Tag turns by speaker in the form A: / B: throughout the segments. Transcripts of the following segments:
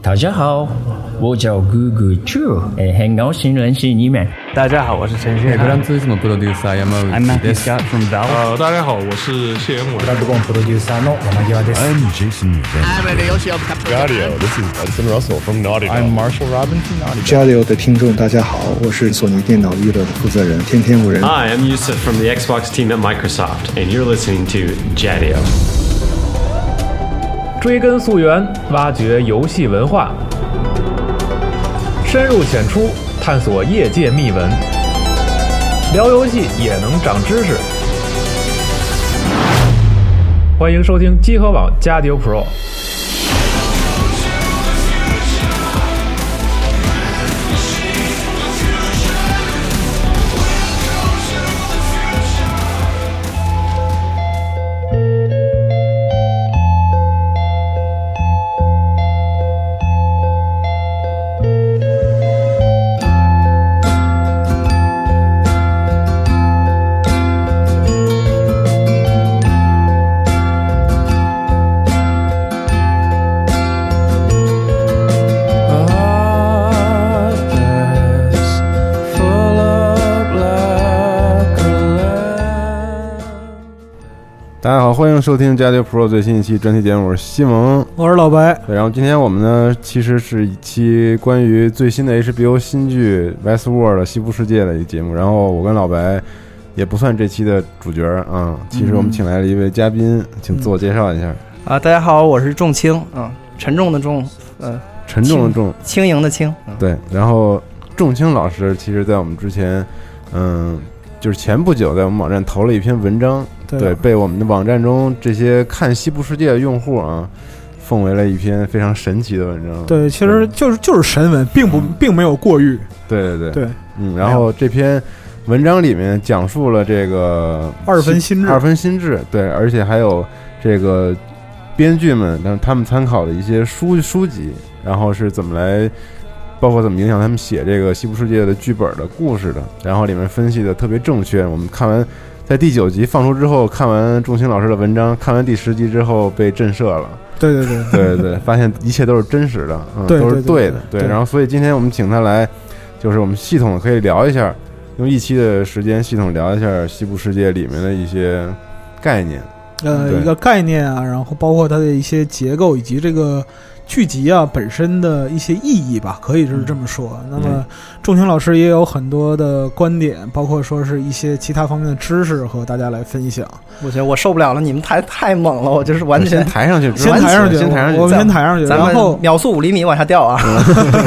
A: 大家好，我叫 Google Chu，哎，很高兴认识你们。
B: 大家好，我是陈旭。
C: グランツーリスモプロデューサー山内
B: I'm Matthew
C: です。
B: Scott from Valve。
D: 呃，大家好，我是谢元伟。
E: I'm Jason Van.
F: J 流的听众，大家好，我是索尼电脑娱乐的负责人天天五人。
G: Hi, I'm Yusuf from the Xbox team at Microsoft, and you're listening to Jadio.
H: 追根溯源，挖掘游戏文化，深入浅出探索业界秘闻，聊游戏也能长知识。欢迎收听集合网加迪 Pro。
I: 大家好，欢迎收听《加迪 Pro》最新一期专题节目，我是西蒙。
J: 我是老白，
I: 对，然后今天我们呢，其实是一期关于最新的 HBO 新剧《Westworld》西部世界的一节目。然后我跟老白也不算这期的主角啊、其实我们请来了一位嘉宾，请自我介绍一下。
K: 啊，大家好，我是重轻，嗯，沉重的重，呃，
I: 沉重的重，
K: 轻盈的轻，嗯，
I: 对，然后仲青老师，其实在我们之前，嗯，就是前不久在我们网站投了一篇文章，
J: 对
I: 对，被我们的网站中这些看西部世界的用户啊，奉为了一篇非常神奇的文章。
J: 对，其实就是就是神文，并不并没有过誉，
I: 对对嗯对
J: 对，
I: 嗯，然后这篇文章里面讲述了这个
J: 二分心智
I: 二分心智，对，而且还有这个编剧们让他们参考的一些书书籍，然后是怎么来。包括怎么影响他们写这个西部世界的剧本的故事的，然后里面分析的特别正确。我们看完，在第九集放出之后，看完仲卿老师的文章，看完第十集之后被震慑了。
J: 对对对，
I: 对对，发现一切都是真实的，嗯，
J: 对
I: 都是
J: 对对
I: 的，对。
J: 对对
I: 然后，所以今天我们请他来，就是我们系统可以聊一下，用一期的时间系统聊一下《西部世界》里面的一些概念。
J: 呃，
I: 对
J: 一个概念啊，然后包括它的一些结构以及这个剧集啊本身的一些意义吧，可以
I: 嗯
J: 是这么说。那么，仲卿老师也有很多的观点，包括说是一些其他方面的知识和大家来分享。
K: 我觉得我受不了了，你们太太猛了，我就是完
I: 先
K: 全，
I: 抬上去，
J: 先
K: 完
J: 抬上去，
I: 先抬上
J: 我
I: 去。
J: 们先抬上去，
K: 咱
J: 然后
K: 们秒速五厘米往下掉啊，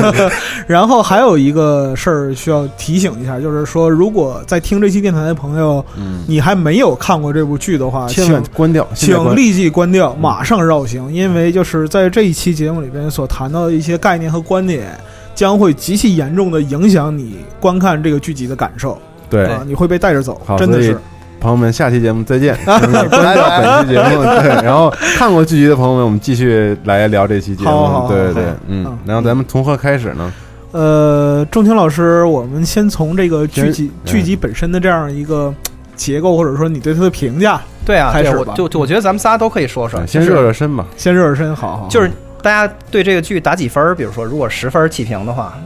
J: 然后还有一个事儿需要提醒一下，就是说，如果在听这期电台的朋友，你还没有看过这部剧的话，
I: 嗯千万
J: 请
I: 关掉，现在
J: 请
I: 关
J: 立即关掉，马上绕行，因为就是在这一期节目里边所谈到的一些概念和观点，将会极其严重的影响你观看这个剧集的感受
I: 对。
J: 啊，你会被带着走
I: 好，
J: 真的
I: 所以
J: 是
I: 朋友们，下期节目再见！请你关掉本期节目。对，然后看过剧集的朋友们，我们继续来聊这期节
J: 好好
I: 目。
J: 好
I: 对对对
J: 好，
I: 嗯
J: 嗯。
I: 然后咱们从何开始呢？
J: 呃，钟情老师，我们先从这个剧集
I: 先
J: 剧集本身的这样一个结构，或者说你对它的评价，
K: 对啊，
J: 开
K: 对，
J: 始
K: 我
J: 吧
K: 就就我觉得咱们仨都可以嗯说说，
I: 先
K: 就是
I: 热热身吧。
J: 先热热身，好好好，
K: 就是大家对这个剧打几分儿？比如说，如果十分儿起评的话，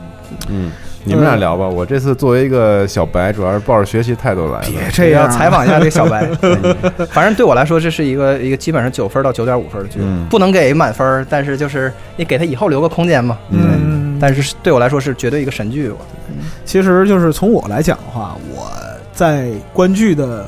I: 嗯，你们俩聊
K: 呃
I: 吧。我这次作为一个小白，主要是抱着学习态度来的。
J: 这样
K: 要采访一下这个小 白。反正对我来说，这是一个一个基本上九分到九点五分的剧
I: 嗯，
K: 不能给满分儿，但是就是你给他以后留个空间嘛。
J: 嗯，
K: 但是对我来说是绝对一个神剧，我
J: 其实就是从我来讲的话，我在观剧的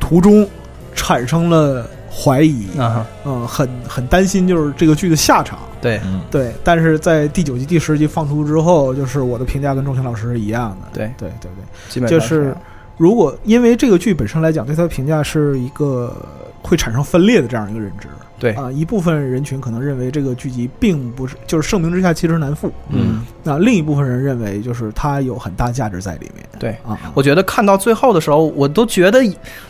J: 途中产生了怀疑，
K: 啊，
J: 嗯，很很担心就是这个剧的下场。
K: 对
J: 对，但是在第九集、第十集放出之后，就是我的评价跟钟情老师是一样的。
K: 对
J: 对对对，
K: 基本上
J: 就是如果因为这个剧本身来讲，对它的评价是一个会产生分裂的这样一个认知。
K: 对
J: 啊，一部分人群可能认为这个剧集并不是就是盛名之下其实难副，
K: 嗯，
J: 那另一部分人认为就是它有很大价值在里面。
K: 对
J: 啊，啊
K: 我觉得看到最后的时候，我都觉得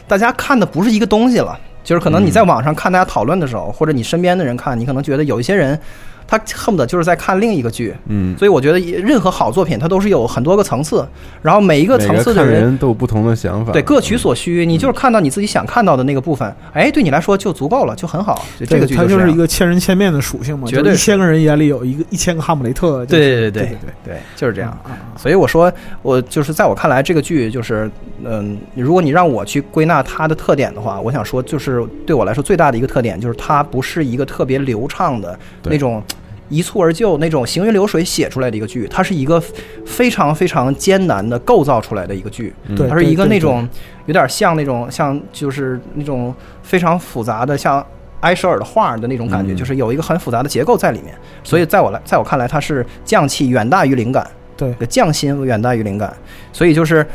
K: 大家看的不是一个东西了。就是可能你在网上看大家讨论的时候，或者你身边的人看，你可能觉得有一些人他恨不得就是在看另一个剧。
I: 嗯，
K: 所以我觉得任何好作品，它都是有很多个层次，然后每一个
I: 每
K: 层次的
I: 看
K: 人
I: 人都有不同的想法，
K: 对，各取所需，你就是看到你自己想看到的那个部分，哎，对你来说就足够了，就很好。就这个剧
J: 它
K: 就是是
J: 一个千人千面的属性嘛，
K: 绝
J: 就是
K: 对
J: 一
K: 是
J: 千个人眼里有一个一千个哈姆雷特。就
K: 对对
J: 是对
K: 对对对，就是这样。所以我说，我就是在我看来，这个剧就是，嗯，如果你让我去归纳它的特点的话，我想说，就是对我来说最大的一个特点就是它不是一个特别流畅的
I: 对
K: 那种。一蹴而就那种行云流水写出来的一个剧，它是一个非常非常艰难的构造出来的一个剧，
J: 嗯对
K: 它是
J: 对
K: 一个
J: 对
K: 那
J: 对
K: 种有点像那种像就是那种非常复杂的像埃舍尔的画的那种感觉，
I: 嗯
K: 就是有一个很复杂的结构在里面。所以在我来，在我看来，它是匠气远大于灵感，
J: 对
K: 匠心远大于灵感。所以就是。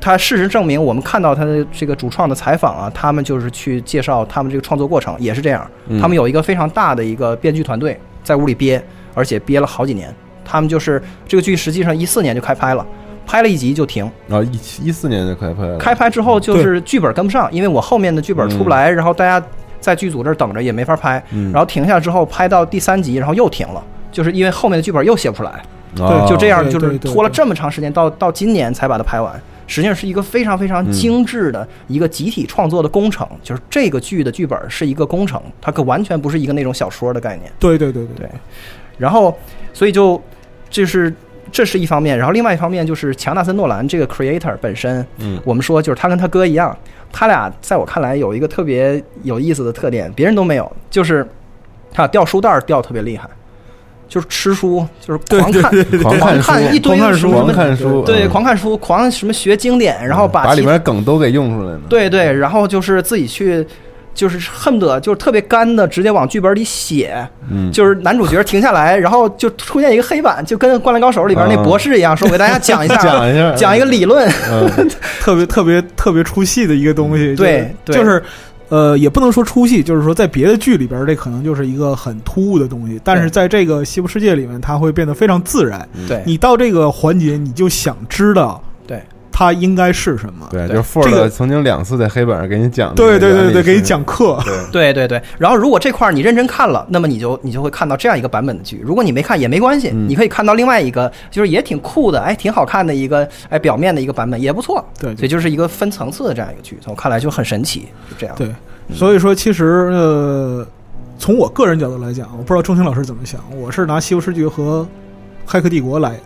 K: 他事实证明，我们看到他的这个主创的采访啊，他们就是去介绍他们这个创作过程，也是这样。
I: 嗯
K: 他们有一个非常大的一个编剧团队在屋里憋，而且憋了好几年。他们就是这个剧，实际上一四年就开拍了，拍了一集就停，
I: 然后啊一七一四年就开拍了，
K: 开拍之后就是剧本跟不上，因为我后面的剧本出不
J: 嗯
K: 来，然后大家在剧组这儿等着也没法拍，
I: 嗯
K: 然后停下之后拍到第三集，然后又停了，就是因为后面的剧本又写不出来，
I: 啊
K: 就这样
J: 对
K: 就
J: 哦对
K: 是
J: 对
K: 拖了
J: 对
K: 这么长时间，到到今年才把它拍完。实际上是一个非常非常精致的一个集体创作的工程，就是这个剧的剧本是一个工程，它可完全不是一个那种小说的概念。
J: 对对对
K: 对然后，所以就就是这是一方面，然后另外一方面就是乔纳森诺兰这个 creator 本身，
I: 嗯
K: 我们说就是他跟他哥一样，他俩在我看来有一个特别有意思的特点，别人都没有，就是他俩掉书袋儿掉特别厉害。就是吃书，就是狂看，
I: 狂
K: 狂
I: 看书
K: 一
I: 狂
K: 堆
I: 看
K: 什
I: 书
K: 么什么
I: 狂看书
K: 对，
I: 嗯
K: 狂看书，狂什么学经典，然后把
I: 把里
K: 其
I: 面的梗都给用出来了，
K: 对对，然后就是自己去，就是恨不得就是特别干的，直接往剧本里写，
I: 嗯
K: 就是男主角停下来，然后就出现一个黑板，就跟《灌篮高手》里边那
I: 啊
K: 博士一样，说我给大家讲一下，
I: 讲一下
K: 讲一个理论，
I: 嗯
J: 特别特别特别出戏的一个东西。
K: 嗯对
J: 就是
K: 对
J: 就是呃，也不能说出戏，就是说在别的剧里边儿，这可能就是一个很突兀的东西，但
K: 对
J: 是在这个西部世界里面，它会变得非常自然。
I: 嗯
K: 对
J: 你到这个环节，你就想知道
K: 对
J: 它应该是什么。
I: 对，就
K: 对
I: 是富
J: 这个
I: 尔曾经两次在黑板上给你讲的那
J: 对
I: 个原理是，
J: 对对对，给你讲课。
K: 对对对，然后如果这块儿你认真看了，那么你就你就会看到这样一个版本的剧。如果你没看也没关系，
J: 嗯
K: 你可以看到另外一个，就是也挺酷的，哎，挺好看的一个，哎，表面的一个版本也不错。
J: 对对
K: 所以就是一个分层次的这样一个剧，从我看来就很神奇，是这样。
J: 对，
I: 嗯
J: 所以说其实呃，从我个人角度来讲，我不知道钟情老师怎么想，我是拿《西游世界》和《黑客帝国》来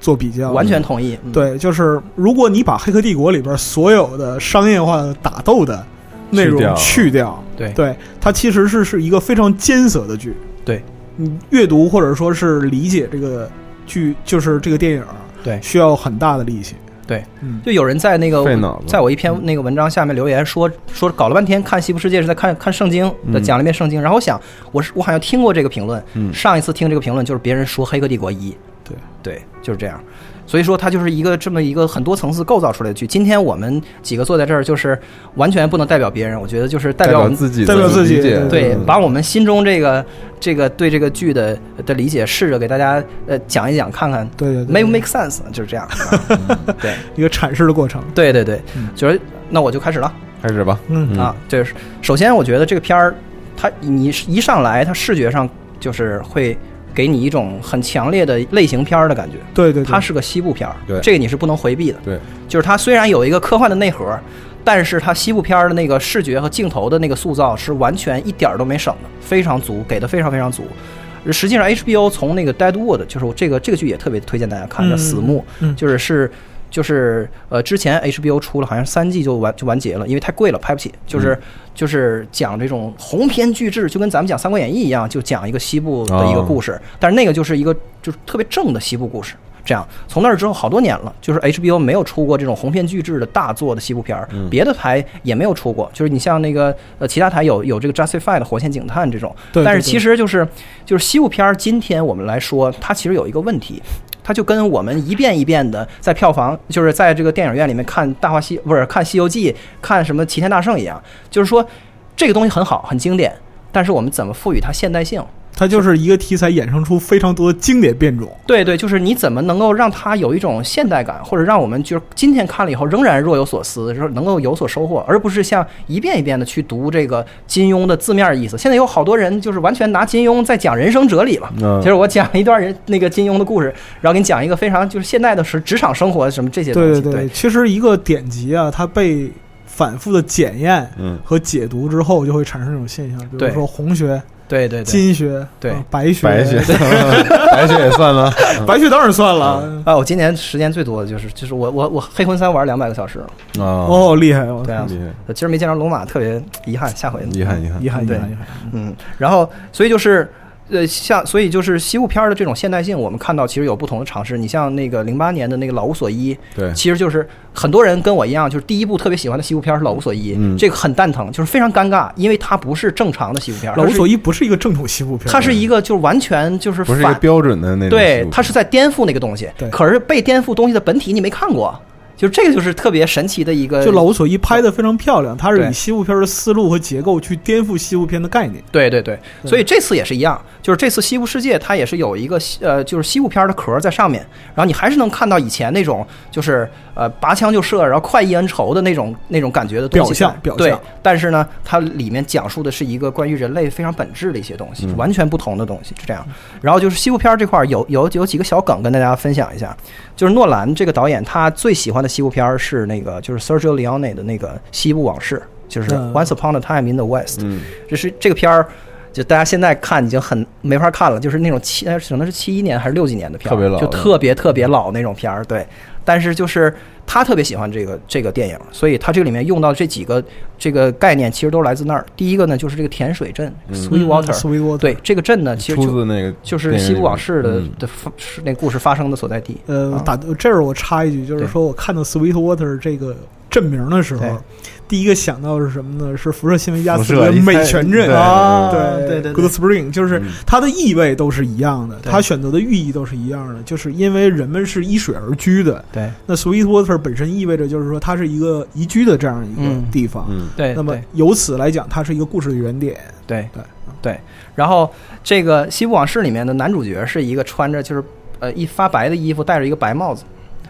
J: 做比较，
K: 完全同意。嗯、
J: 对，就是如果你把《黑客帝国》里边所有的商业化的打斗的内容
I: 去掉
J: 去掉，
K: 对
J: 对，它其实是是一个非常艰涩的剧。
K: 对，
J: 你阅读或者说是理解这个剧，就是这个电影，
K: 对
J: 需要很大的力气。
K: 对，
J: 嗯，
K: 就有人在那
I: 费
K: 个
I: 脑子嗯
K: 在我一篇那个文章下面留言说说搞了半天看《西部世界》是在看看圣经的，
I: 嗯
K: 讲了一遍圣经，然后我想我是我好像听过这个评论，
I: 嗯
K: 上一次听这个评论就是别人说《黑客帝国一》，
J: 对
K: 对，就是这样。所以说，它就是一个这么一个很多层次构造出来的剧。今天我们几个坐在这儿，就是完全不能代表别人，我觉得就是 代
I: 代
K: 表我
I: 表
K: 们
I: 自己
J: 代表自己
I: 理解
K: 对，
I: 嗯
K: 把我们心中这个这个对这个剧的的理解，试着给大家呃讲一讲，看看
J: 对对对
K: 没有 make sense，就 是这样。对
J: 一个阐释的过程。
K: 对对对，就是那我就开始了。
I: 开始吧，
J: 嗯
K: 啊，就是首先我觉得这个片儿，它你一上来，它视觉上就是会给你一种很强烈的类型片儿的感觉。
J: 对对对，
K: 它是个西部片儿，
I: 对
K: 这个你是不能回避的。
I: 对，
K: 就是它虽然有一个科幻的内核，但是它西部片儿的那个视觉和镜头的那个塑造是完全一点儿都没省的，非常足，给的非常非常足。实际上，HBO 从那个 Deadwood，就是我这个这个剧也特别推荐大家看，叫《
J: 嗯
K: 死幕》，
J: 嗯
K: 就是是就是呃，之前 HBO 出了好像三季就完就完结了，因为太贵了，拍不起。就是、就是讲这种鸿篇巨制，就跟咱们讲《三国演义》一样，就讲一个西部的一个故事，但是那个就是一个就是特别正的西部故事。这样，从那儿之后好多年了，就是 HBO 没有出过这种鸿篇巨制的大作的西部片儿，别的台也没有出过。就是你像那个呃，其他台有有这个 Justified 火线警探这种，
J: 对对
K: 但是
J: 对
K: 其实就是就是西部片儿，今天我们来说，它其实有一个问题，它就跟我们一遍一遍的在票房，就是在这个电影院里面看《大话西》不是看《西游记》、看什么《齐天大圣》一样，就是说这个东西很好，很经典，但是我们怎么赋予它现代性？
J: 它就是一个题材衍生出非常多的经典变种。
K: 对对，就是你怎么能够让它有一种现代感，或者让我们就是今天看了以后仍然若有所思，说能够有所收获，而不是像一遍一遍的去读这个金庸的字面意思。现在有好多人就是完全拿金庸在讲人生哲理嘛。
I: 嗯
K: 其实我讲一段人那个金庸的故事，然后给你讲一个非常就是现代的职职场生活什么这些东
J: 对
K: 西。
J: 对
K: 对
J: 对，其实一个典籍啊，它被反复的检验
I: 嗯
J: 和解读之后，就会产生这种现象，比
K: 对
J: 如说红学、
K: 对对对
J: 金学、
K: 对
J: 啊白学、
I: 白雪， 白雪也算 了，
J: 白学当然算了。
K: 啊，我今年时间最多的就是就是我我我黑魂三玩两百个小时了，
I: 哦，
J: 哦，厉害！我
K: 对啊
I: 厉害，
K: 今儿没见着龙马，特别遗憾，下回
I: 遗憾遗憾
J: 遗憾遗
K: 对
J: 憾遗憾。
K: 嗯，然后所以就是。呃，像所以就是西部片儿的这种现代性，我们看到其实有不同的尝试。你像那个零八年的那个《老无所依》，
I: 对
K: 其实就是很多人跟我一样，就是第一部特别喜欢的西部片儿是《老无所依》，
I: 嗯
K: 这个很蛋疼，就是非常尴尬，因为它不是正常的西部片儿，
J: 老无所
K: 依，
J: 依不是一个正统西部片，
K: 它是一个就是完全就是
I: 不是一个
K: 反
I: 标准的那种西
K: 对
I: 部，
K: 它是在颠覆那个东西
J: 对，
K: 可是被颠覆东西的本体你没看过，就这个就是特别神奇的一个。
J: 呃就老无所依拍的非常漂亮，它是
K: 对
J: 以西部片的思路和结构去颠覆西部片的概念。
K: 对对对，
J: 嗯
K: 所以这次也是一样，就是这次西部世界它也是有一个西呃，就是西部片的壳儿在上面，然后你还是能看到以前那种就是呃拔枪就射，然后快意恩仇的那种那种感觉的东西
J: 表象
K: 在
J: 表
K: 对
J: 象，
K: 但是呢，它里面讲述的是一个关于人类非常本质的一些东西，完全不同的东西，是这样。然后就是西部片儿这块儿有有有几个小梗跟大家分享一下，就是诺兰这个导演他最喜欢的西部片儿是那个就是 Sergio Leone 的那个《西部往事》，就是
J: 嗯
K: Once Upon a Time in the West。
I: 嗯
K: 这是这个片儿，就大家现在看已经很没法看了，就是那种七，那可能是七一年还是六几年的片儿，
I: 特别老
K: 就特别特别老那种片儿。对，但是就是他特别喜欢这个这个电影，所以他这里面用到这几个这个概念，其实都来自那儿。第一个呢，就是这个甜水镇、Sweet Water，、
J: 嗯 Sweet Water
K: 对这个镇呢，其实
I: 嗯出
K: 就
I: 自那个
K: 就是
I: 电
K: 《
I: 影
K: 西
I: 里
K: 部往事的》的、
I: 嗯
K: 发是那故事发生的所在地。
J: 呃
K: 啊，
J: 打这儿我插一句，就是
K: 对
J: 说我看到 Sweetwater 这个镇名的时
K: 对
J: 候，第一个想到的是什么呢？是辐射新闻亚斯
I: 辐射
J: 的
I: 一
J: 美
I: 看
J: 泉镇
I: 对嗯
J: 啊，
K: 对对对
J: ，Good Spring，就是它的意味都是一样的，
K: 对
J: 它选择的寓意都是一样的，就是因为人们是依水而居的。
K: 对
J: 那 Sweetwater 本身意味着就是说它是一个宜居的这样一个
K: 嗯
J: 地方，
I: 嗯
K: 对，
J: 那么
K: 对
J: 由此来讲，它是一个故事的原点。
K: 对
J: 对
K: 对。然后这个《西部往事》里面的男主角是一个穿着就是呃一发白的衣服，戴着一个白帽子，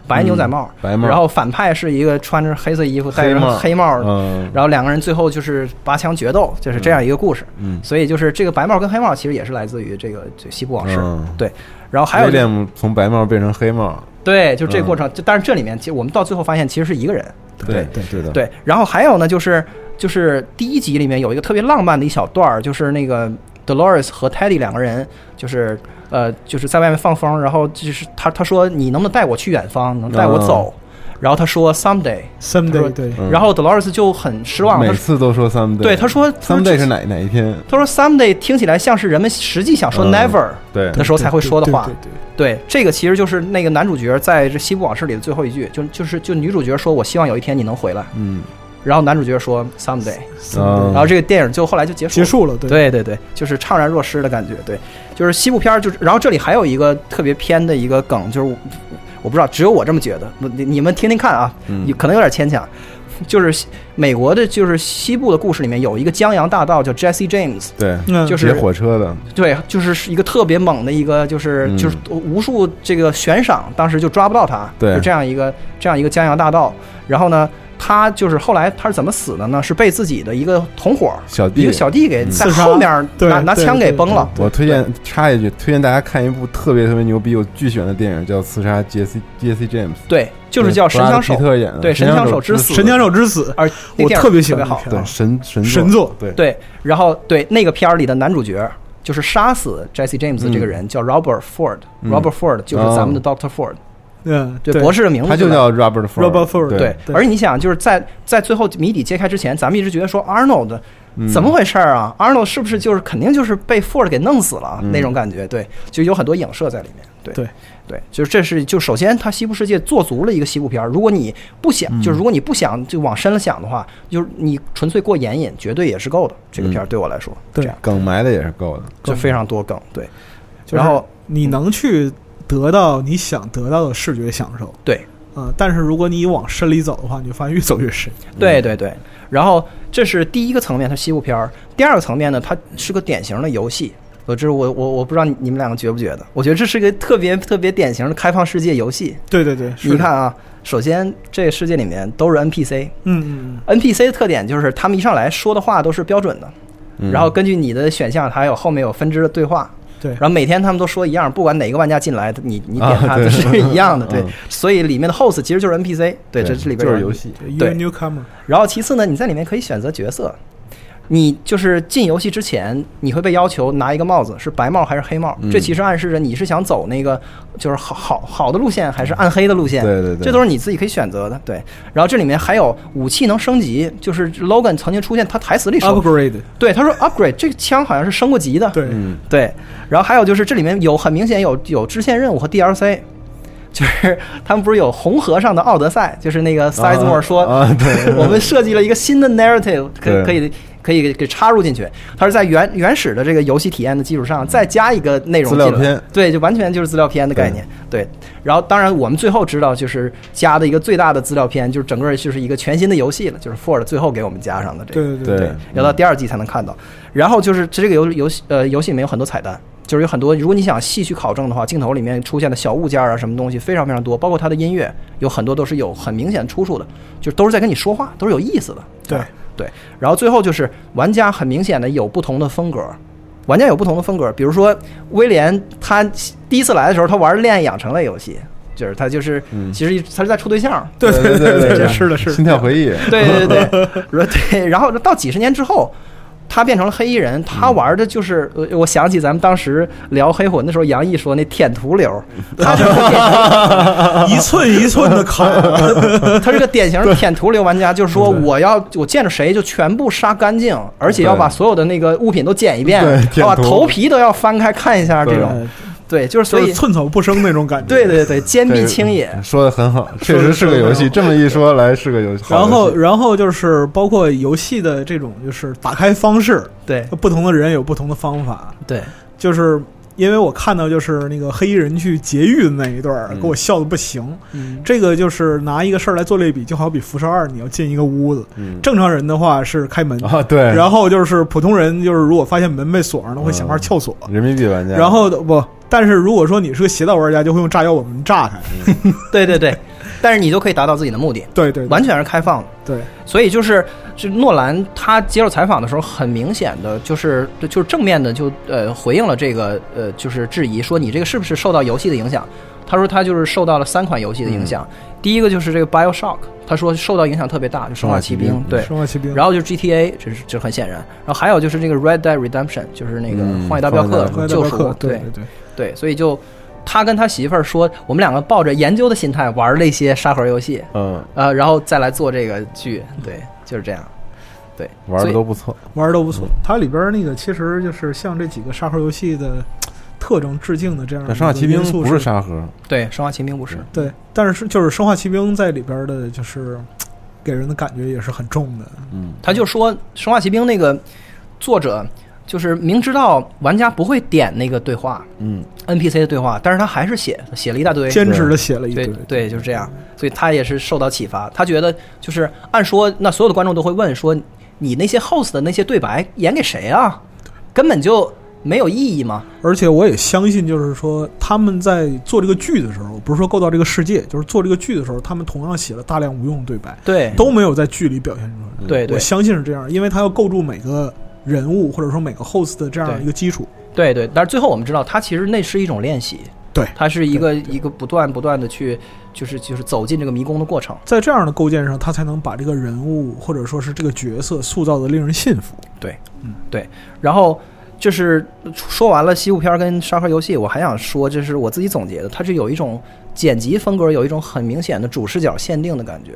K: 白牛仔帽，
I: 嗯白帽
K: 然后反派是一个穿着黑色衣服，戴
I: 黑帽
K: 着黑帽的。
I: 嗯，
K: 然后两个人最后就是拔枪决斗，就是这样一个故事。
I: 嗯
K: 所以就是这个白帽跟黑帽其实也是来自于这个这《西部往事》
I: 嗯
K: 对。然后还有
I: 威廉姆从白帽变成黑帽，
K: 对，就这个过程，就但是这里面其实我们到最后发现其实是一个人，
I: 对对是的，
K: 对，然后还有呢，就是就是第一集里面有一个特别浪漫的一小段儿，就是那个 Dolores 和 Teddy 两个人，就是呃，就是在外面放风，然后就是他他说你能不能带我去远方，能带我走？然后他说 someday，他
J: Someday，
K: 说
J: 对，
I: 嗯
K: 然后 Dolores 就很失望，他
I: 每
K: 说
I: 次都说 someday，
K: 对他说他说
I: someday 是哪哪一天？
K: 他说 someday 听起来像是人们实际想说
I: 嗯
K: never
I: 对
K: 的时候才会说的话
J: 对，对对对
K: 对，这个其实就是那个男主角在这《西部往事》里的最后一句，就就是就女主角说我希望有一天你能回来，
I: 嗯，
K: 然后男主角说 someday。
I: 嗯
K: 然后这个电影就后来就结束
J: 结
K: 了。
J: 束了，对
K: 对对对，就是怅然若失的感觉。对，就是西部片儿，就是然后这里还有一个特别偏的一个梗，就是我我不知道，只有我这么觉得，不你你们听听看啊，
I: 嗯
K: 你可能有点牵强。就是西美国的，就是西部的故事里面有一个江洋大盗叫 Jesse James，
I: 对，
J: 嗯，
K: 就是
I: 劫火车的，
K: 对，就是是一个特别猛的一个，就是、
I: 嗯
K: 就是无数这个悬赏，当时就抓不到他，
I: 对
K: 就这样一个这样一个江洋大盗。然后呢，他就是后来他是怎么死的呢？是被自己的一个同伙
I: 小弟嗯
K: 一个小弟给在
J: 刺杀
K: 后面儿
J: 对
K: 拿拿
J: 对
K: 枪
J: 对
K: 给崩了。
I: 我推荐插一句，推荐大家看一部特别特别牛逼、我巨喜欢的电影，叫《刺杀杰西杰西詹姆斯》，
K: 对，就是叫《神枪手
I: 布拉德皮》，特演的，
K: 对神枪手之死
J: 神枪手之死，
K: 而那
J: 我
K: 电影
J: 特别喜
K: 特别
J: 欢
K: 好。
J: 这
I: 对
J: 片
I: 神神
J: 神作
I: 对
K: 对，然后对那个片儿里的男主角。就是杀死 Jesse James
I: 嗯
K: 这个人、叫 Robert Ford，Robert、Ford 就是咱们的 Doctor Ford，、
J: 嗯，
K: 对博士的名字
I: 哦他就
K: 叫。
I: 叫 Robert Ford。
J: Robert Ford，
I: 对
K: 对，
J: 对
K: 而你想，就是在在最后谜底揭开之前，咱们一直觉得说 Arnold
J: 嗯
K: 怎么回事儿啊、a r n o l d 是不是就是肯定就是被 Ford 给弄死了啊、那种感觉？对，就有很多影射在里面。对
J: 嗯对
K: 对，就是这是就首先，它西部世界做足了一个西部片儿。如果你不想，
J: 嗯
K: 就是如果你不想就往深了想的话，就是你纯粹过眼瘾，绝对也是够的。这个片儿对我来说，
J: 嗯对
K: 这样
I: 梗埋的也是够的。
K: 就非常多梗。对，
J: 就是
K: 然后
J: 你能去得到你想得到的视觉享受，
K: 对，
J: 嗯，但是如果你往深里走的话，你就发现越走越深。
I: 嗯
K: 对对对，然后这是第一个层面，它西部片儿；第二个层面呢，它是个典型的游戏，我这是我我我不知道你们两个觉不觉得？我觉得这是个特别特别典型的开放世界游戏。
J: 对对对，
K: 你看啊，首先这个世界里面都是 NPC，
J: 嗯
K: 嗯，NPC 的特点就是他们一上来说的话都是标准的，
I: 嗯
K: 然后根据你的选项，还有后面有分支的对话。
J: 对
K: 然后每天他们都说一样，不管哪个玩家进来，你你点
I: 啊
K: 他
I: 对
K: 都是一样的，对
I: 嗯。
K: 所以里面的 host 其实就是 NPC，对，这
I: 对
K: 这里边
I: 就是
K: 有
I: 游戏
J: 对，一个
K: 对
J: newcomer，
K: 然后其次呢，你在里面可以选择角色，你就是进游戏之前，你会被要求拿一个帽子，是白帽还是黑帽？
I: 嗯
K: 这其实暗示着你是想走那个就是好好好的路线，还是暗黑的路线？
I: 对对对
K: 这都是你自己可以选择的。对，然后这里面还有武器能升级，就是 Logan 曾经出现，他台词里说
J: upgrade，
K: 对，他说 upgrade 这个枪好像是升过级的。
J: 对，
I: 嗯
K: 对，然后还有就是这里面有很明显有有支线任务和 DLC。就是他们不是有红河上的奥德赛，就是那个塞兹莫尔说，
I: 啊对
K: 我们设计了一个新的 narrative，可
I: 对
K: 以可以可以给插入进去。它是在原原始的这个游戏体验的基础上，再加一个内容
I: 资料
K: 进来
I: 片
K: 对，就完全就是资料片的概念。对，然后当然我们最后知道，就是加的一个最大的资料片，就是整个就是一个全新的游戏了，就是 Ford 最后给我们加上的这个。
J: 对对
I: 对，
K: 要到第二季才能看到。然后就是这个游游戏呃游戏里面有很多彩蛋，就是有很多如果你想细去考证的话，镜头里面出现的小物件啊什么东西非常非常多，包括它的音乐有很多都是有很明显出处的，就都是在跟你说话，都是有意思的。
J: 对
K: 啊对，然后最后就是玩家很明显的有不同的风格。玩家有不同的风格，比如说威廉，他第一次来的时候，他玩恋爱养成类游戏，就是他就是，其实他是在处对象，
J: 对
I: 对对对
J: 对，
I: 对
J: 是的，是的，
I: 心跳回忆，
K: 对对对对，对，然后到几十年之后。他变成了黑衣人，他玩的就是，呃我想起咱们当时聊黑魂的时候，杨毅说那舔图流，他是个
J: 一寸一寸的砍，
K: 典他是个典型的舔图流玩家，就是说我要我见着谁就全部杀干净，而且要把所有的那个物品都捡一遍
I: 对，舔
K: 要把
I: 图
K: 头皮都要翻开看一下，这种，对，就是 所
J: 就
K: 以
J: 是，寸草不生那种感觉。
K: 对对对，坚壁
I: 对
K: 清野，
I: 说的很好，确实是个游戏。这么一说来是个游戏。好
J: 然
I: 游戏
J: 后，然后就是包括游戏的这种就是打开方式，
K: 对
J: 不同的人有不同的方法。
K: 对，
J: 就是因为我看到就是那个黑衣人去劫狱的那一段儿，
I: 嗯
J: 给我笑的不行。
K: 嗯，
J: 这个就是拿一个事儿来做类比，就好比辐射二，你要进一个屋子，
I: 嗯
J: 正常人的话是开门，
I: 啊，对，
J: 然后就是普通人就是如果发现门被锁上了，会想法
I: 嗯
J: 撬锁。
I: 人民币玩家，
J: 然后不，但是如果说你是个邪道玩家，就会用炸药把门炸开。
I: 嗯
K: 对对对，但是你就可以达到自己的目的，
J: 对对，对
K: 完全是开放的。
J: 对
K: 所以就是，就诺兰他接受采访的时候，很明显的就是就是正面的就呃回应了这个呃就是质疑，说你这个是不是受到游戏的影响？他说他就是受到了三款游戏的影响，第一个就是这个 BioShock，他说受到影响特别大，就《生化奇兵》
I: 生化奇兵
K: 对，
J: 生化奇兵，
K: 然后就是 GTA，这是这很显然，然后还有就是这个 Red Dead Redemption，就是那个
I: 嗯
K: 《荒野大镖客
J: 后
I: 荒》
K: 救
J: 镖
K: 赎
J: 客，，对对，
K: 对，所以就他跟他媳妇儿说，我们两个抱着研究的心态玩了一些沙盒游戏，
I: 嗯，
K: 呃，然后再来做这个剧，对，就是这样。对，
I: 玩
K: 所
I: 的
K: 以
I: 都不错。
J: 玩的都不错。它里边儿那个其实就是向这几个沙盒游戏的特征致敬的这样的
I: 但生化奇兵
J: 因素
I: 不是沙盒，
K: 对《生化奇兵》不是，
J: 对，但是就是《生化奇兵》在里边儿的，就是给人的感觉也是很重的。
I: 嗯，
K: 他就说《生化奇兵》那个作者就是明知道玩家不会点那个对话
I: 嗯，
K: NPC 的对话，但是他还是写写了一大堆，
J: 坚持的写了一
K: 对
J: 堆，
K: 对，就是这样。所以他也是受到启发，他觉得就是按说那所有的观众都会问说，你那些 host 的那些对白演给谁啊？根本就没有意义嘛。
J: 而且我也相信，就是说他们在做这个剧的时候，不是说构造这个世界，就是做这个剧的时候，他们同样写了大量无用的对白，
K: 对
J: 都没有在剧里表现出来。
K: 对对
J: 我相信是这样，因为他要构筑每个人物或者说每个 host 的这样一个基础。
K: 对对，但是最后我们知道，它其实那是一种练习，
J: 对
K: 它是一个一个不断不断的去，就是就是走进这个迷宫的过程。
J: 在这样的构建上，他才能把这个人物或者说是这个角色塑造的令人信服。
K: 对，嗯，对。然后就是说完了西部片儿跟沙盒游戏，我还想说，这是我自己总结的，它是有一种剪辑风格，有一种很明显的主视角限定的感觉。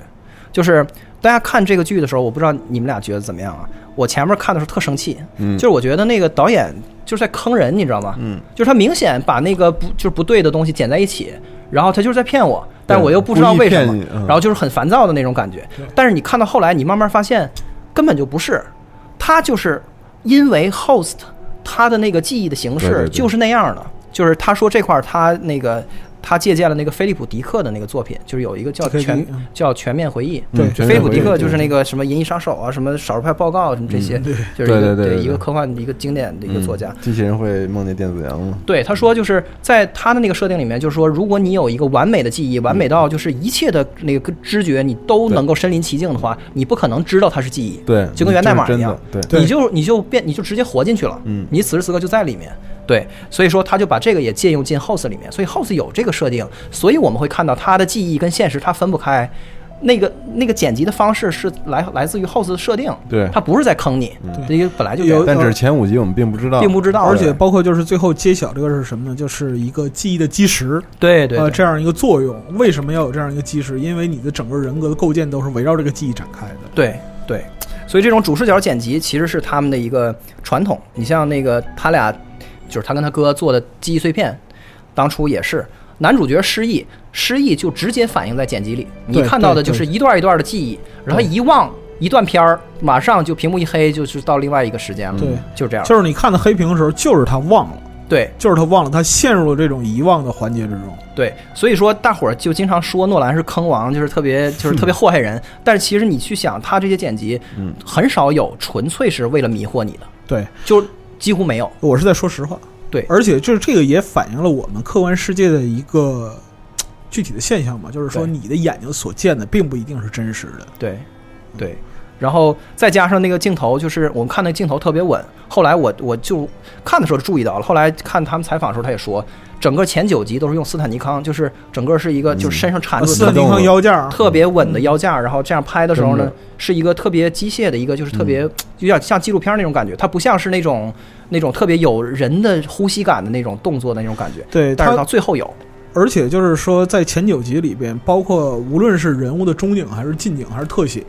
K: 就是大家看这个剧的时候，我不知道你们俩觉得怎么样啊？我前面看的时候特生气，
I: 嗯
K: 就是我觉得那个导演就是在坑人，你知道吗？
I: 嗯，
K: 就是他明显把那个不就是不对的东西剪在一起，然后他就是在骗我，但
I: 对
K: 我又不知道
I: 故意
K: 为什么
I: 骗你，嗯
K: 然后就是很烦躁的那种感觉。但是你看到后来，你慢慢发现根本就不是，他就是因为 host 他的那个记忆的形
I: 对对
K: 式
I: 对
K: 就是那样的，就是他说这块儿他那个他借鉴了那个菲利普·迪克的那个作品，就是有一个叫
J: 菲利
K: 全
J: 嗯
K: 叫全面回忆。
I: 对
K: 菲利普·迪克就
I: 嗯
K: 是
I: 全面回忆
K: 那个什么《银翼杀手》啊，什么《少数派报告》什么这些
I: 嗯对，
K: 就是
I: 对
K: 一
I: 对
K: 个
I: 对对
K: 一个科幻一个经典的一个作家。
I: 嗯机器人会梦见电子羊吗？
K: 对，他说就是在他的那个设定里面，就是说，如果你有一个完美的记忆，完
I: 嗯
K: 美到就是一切的那个知觉你都能够身临其境的话，你不可能知道它是记忆，
I: 对
K: 就跟源代码一样，
I: 这是真的对
K: 你就你就变你就直接活进去了，
I: 嗯
K: 你此时此刻就在里面，对，所以说他就把这个也借用进 House 里面，所以 House 有这个设定，所以我们会看到他的记忆跟现实它分不开。那个那个剪辑的方式是来来自于 House 的设定，
I: 对嗯
K: 它不是在坑你，这个本来就这样
I: 但只是前五集我们并不知道，
K: 并不知道
I: 对
K: 的
J: 而且包括就是最后揭晓这个是什么呢？就是一个记忆的基石，
K: 对对
J: 呃，
K: 对
J: 这样一个作用。为什么要有这样一个基石？因为你的整个人格的构建都是围绕这个记忆展开的。
K: 对对，所以这种主视角剪辑其实是他们的一个传统。你像那个他俩，就是他跟他哥做的《记忆碎片》，当初也是男主角失忆，失忆就直接反映在剪辑里，你
J: 对
K: 看到的
J: 对
K: 就是
J: 对
K: 一段一段的记忆，然后一望一段片儿，马上就屏幕一黑，就是到另外一个时间了，
J: 对，
K: 就这样，
J: 就是你看到黑屏的时候，就是他忘了，
K: 对。
J: 就是他忘了，他陷入了这种遗忘的环节之中。
K: 对，所以说大伙儿就经常说诺兰是坑王，就是特别就是
J: 嗯
K: 特别祸害人。但是其实你去想，他这些剪辑，
I: 嗯
K: 很少有纯粹是为了迷惑你的，
J: 对
K: 就几乎没有。
J: 我是在说实话，
K: 对
J: 而且就是这个也反映了我们客观世界的一个嘖具体的现象嘛，就是说
K: 对
J: 你的眼睛所见的并不一定是真实的。
K: 对，对，然后再加上那个镜头，就是我们看那个镜头特别稳。后来我我就看的时候注意到了，后来看他们采访的时候，他也说，整个前九集都是用斯坦尼康，就是整个是一个就是身上缠
J: 啊，
K: 住的
J: 斯坦尼康腰架儿，啊
K: 特别稳的腰架，然后这样拍的时候
I: 真
K: 呢
I: 的，
K: 是一个特别机械的一个，就是特别有点像纪录片那种感觉，它不像是那种那种特别有人的呼吸感的那种动作的那种感觉。
J: 对
K: 但是
J: 它
K: 到最后有，
J: 而且就是说，在前九集里边，包括无论是人物的中景还是近景还是特写，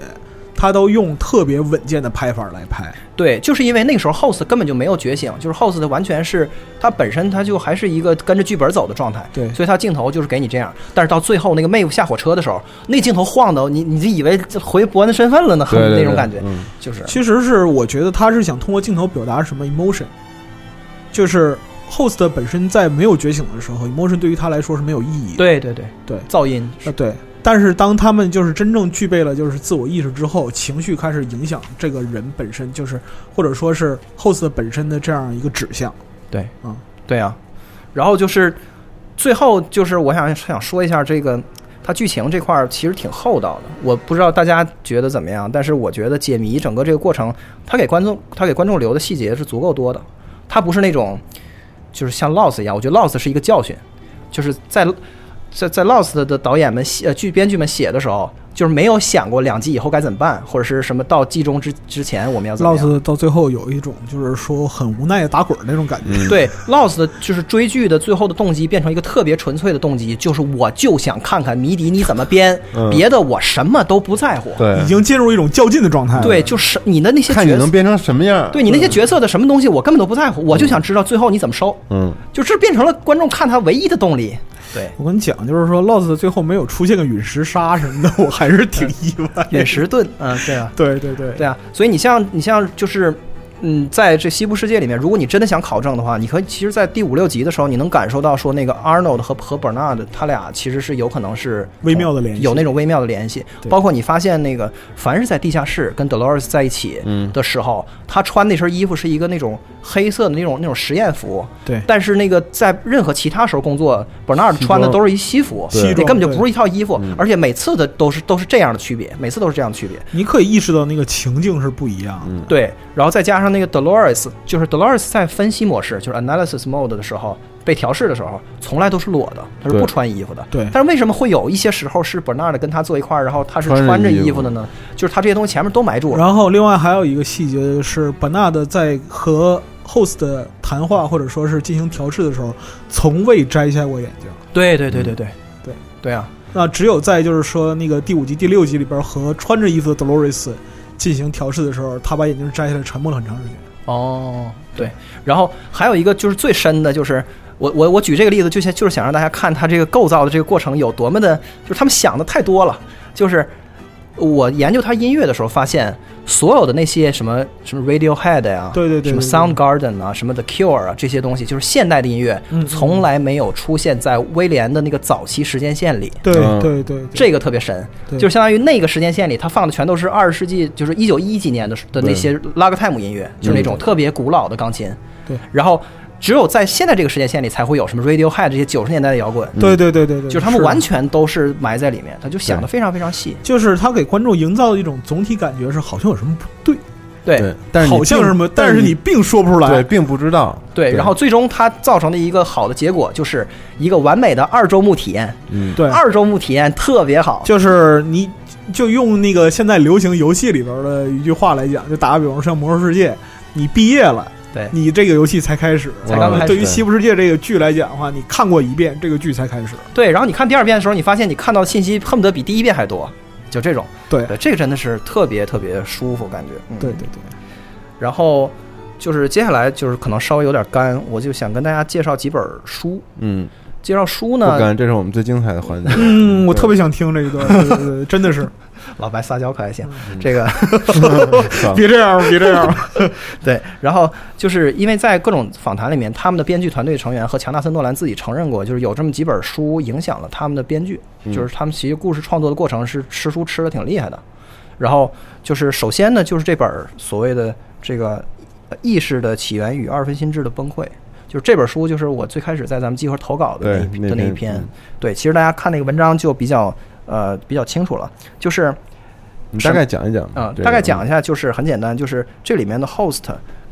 J: 他都用特别稳健的拍法来拍。
K: 对，就是因为那个时候 House 根本就没有觉醒，就是 House 它完全是它本身它就还是一个跟着剧本走的状态，
J: 对
K: 所以它镜头就是给你这样。但是到最后那个 Mave 下火车的时候，那镜头晃的你你就以为这回伯恩的身份了呢，
I: 对对对
K: 那种感觉，
I: 嗯
K: 就是
J: 其实是我觉得他是想通过镜头表达什么 emotion，就是 host 本身在没有觉醒的时候，emotion 对于他来说是没有意义的。
K: 对对对
J: 对
K: 噪音
J: 啊，对。但是当他们就是真正具备了就是自我意识之后，情绪开始影响这个人本身，就是或者说是 host 本身的这样一个指向。
K: 对，
J: 嗯，
K: 对啊。然后就是最后就是我想想说一下这个，它剧情这块儿其实挺厚道的。我不知道大家觉得怎么样，但是我觉得解谜整个这个过程，它给观众它给观众留的细节是足够多的。它不是那种就是像 Lost 一样，我觉得 Lost 是一个教训，就是在。在在 Lost 的导演们写呃剧编剧们写的时候，就是没有想过两季以后该怎么办，或者是什么到季中之之前我们要怎么
J: 老
K: 样。
J: 子到最后有一种就是说很无奈的打滚儿那种感
I: 嗯
J: 觉。
K: 对，Lost 的就是追剧的最后的动机变成一个特别纯粹的动机，就是我就想看看谜底你怎么编，
I: 嗯
K: 别的我什么都不在乎。
I: 对
J: 已经进入一种较劲的状态了。
K: 对，就是你的那些
I: 看你
K: 角色
I: 能，变嗯成什么样。
K: 对你那些角色的什么东西我根本都不在乎，我就想知道最后你怎么收。
I: 嗯，
K: 就这变成了观众看他唯一的动力。对，
J: 我跟你讲，就是说 Lost 最后没有出现个陨石沙什么的，我还是挺意外。
K: 陨，石盾，嗯，对啊，
J: 对对对
K: 对啊，所以你像你像就是。嗯，在这西部世界里面，如果你真的想考证的话，你可以其实，在第五六集的时候，你能感受到说那个 Arnold 和和 Bernard 他俩其实是有可能是
J: 微妙的联系
K: 有那种微妙的联系。
J: 对
K: 包括你发现那个，凡是在地下室跟 Dolores 在一起
J: 嗯
K: 的时候，他穿那身衣服是一个那种黑色的那种那种实验服，
J: 对
K: 但是那个在任何其他时候工作，Bernard 穿的都是一西服，
J: 西装
K: 那根本就
J: 对嗯
K: 不是一套衣服，而且每次的都是都是这样的区别，每次都是这样的区别。
J: 你可以意识到那个情境是不一样的。
K: 对，然后再加上那个 Dolores，就是 Dolores 在分析模式，就是 analysis mode 的时候，被调试的时候，从来都是裸的，她是
I: 对
K: 不穿衣服的。
J: 对
K: 但是为什么会有一些时候是 Bernard 跟他坐一块儿，然后他是
I: 穿着
K: 穿着
I: 衣
K: 衣
I: 服
K: 服的呢？就是他这些东西前面都埋住了。
J: 然后另外还有一个细节就是，本纳的在和 host 的谈话或者说是进行调试的时候，从未摘下过眼镜。
K: 对对对对对
J: 对
K: 对啊，
J: 那只有在就是说那个第五集、第六集里边和穿着衣服的 Dolores 进行调试的时候，他把眼镜摘下来，沉默了很长时间。
K: 哦，对，然后还有一个就是最深的，就是我我我举这个例子，就想就是想让大家看他这个构造的这个过程有多么的，就是他们想的太多了，就是。我研究他音乐的时候发现，所有的那些什么什么 Radiohead 呀、
J: 对对对
K: 什么
J: 对
K: Soundgarden 啊，什么 The Cure 啊，这些东西就是现代的音乐，
J: 嗯
K: 从来没有出现在威廉的那个早期时间线里。
J: 对
I: 嗯
J: 对对对
K: 这个特别神，
J: 对
K: 就是相当于那个时间线里，他放的全都是二十世纪，就是一九一几年的时的那些拉格泰姆音乐，就是那种特别古老的钢琴。
J: 对，
K: 然后只有在现在这个时间线里，才会有什么 Radiohead 这些九十年代的摇滚，
I: 嗯
J: 对对对对对，
K: 就是他们
J: 嗯是
K: 完全都是埋在里面，他就想的非常非常细。
J: 就是他给观众营造的一种总体感觉是好像有什么不对，
K: 对
I: 对，但是你
J: 好像
I: 并
J: 是什么，但是你并说不出
I: 对
J: 来。
I: 并不知道，
K: 对，然后最终它造成的一个好的结果，就是一个完美的二周目体验。
I: 嗯，
J: 对，
K: 二周目体验特别好，
J: 就是你就用那个现在流行游戏里边的一句话来讲，就打个比方，像《魔兽世界》，你毕业了。
K: 对
J: 你这个游戏才开始，
K: 才刚
I: 嗯
K: 开始
J: 对于《西部世界》这个剧来讲的话，你看过一遍，这个剧才开始。
K: 对。然后你看第二遍的时候，你发现你看到的信息恨不得比第一遍还多，就这种。
J: 对，
K: 对，这个真的是特别特别舒服，感觉。嗯、
J: 对对对，
K: 然后就是接下来就是可能稍微有点干，我就想跟大家介绍几本书。
I: 嗯，
K: 介绍书
I: 不
K: 呢，
I: 干，这是我们最精彩的环节。
J: 嗯，我特别想听这 一段，对对对，真的是，
K: 老白撒娇可还行。
I: 嗯
K: 这个
I: 爽
J: 别这样，别这 样，
K: 对，然后就是因为在各种访谈里面，他们的编剧团队成员和乔纳森·诺兰自己承认过，就是有这么几本书影响了他们的编剧，
I: 嗯
K: 就是他们其实故事创作的过程是吃书吃的挺厉害的。然后就是首先呢，就是这本所谓的这个呃意识的起源与二分心智的崩溃。就是这本书，就是我最开始在咱们集合投稿的那
I: 对
K: 一
I: 那
K: 的那一
I: 篇
K: 篇
I: 嗯。
K: 对，其实大家看那个文章就比较呃比较清楚了，就是
I: 你大概讲一讲
K: 啊、
I: 这个
K: 大概讲一下，就是很简单，就是这里面的 host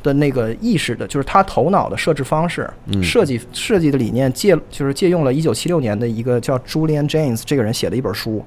K: 的那个意识的，就是他头脑的设置方式、
I: 嗯
K: 设计设计的理念借，就是借用了1976年的一个叫 Julian James 这个人写的一本书，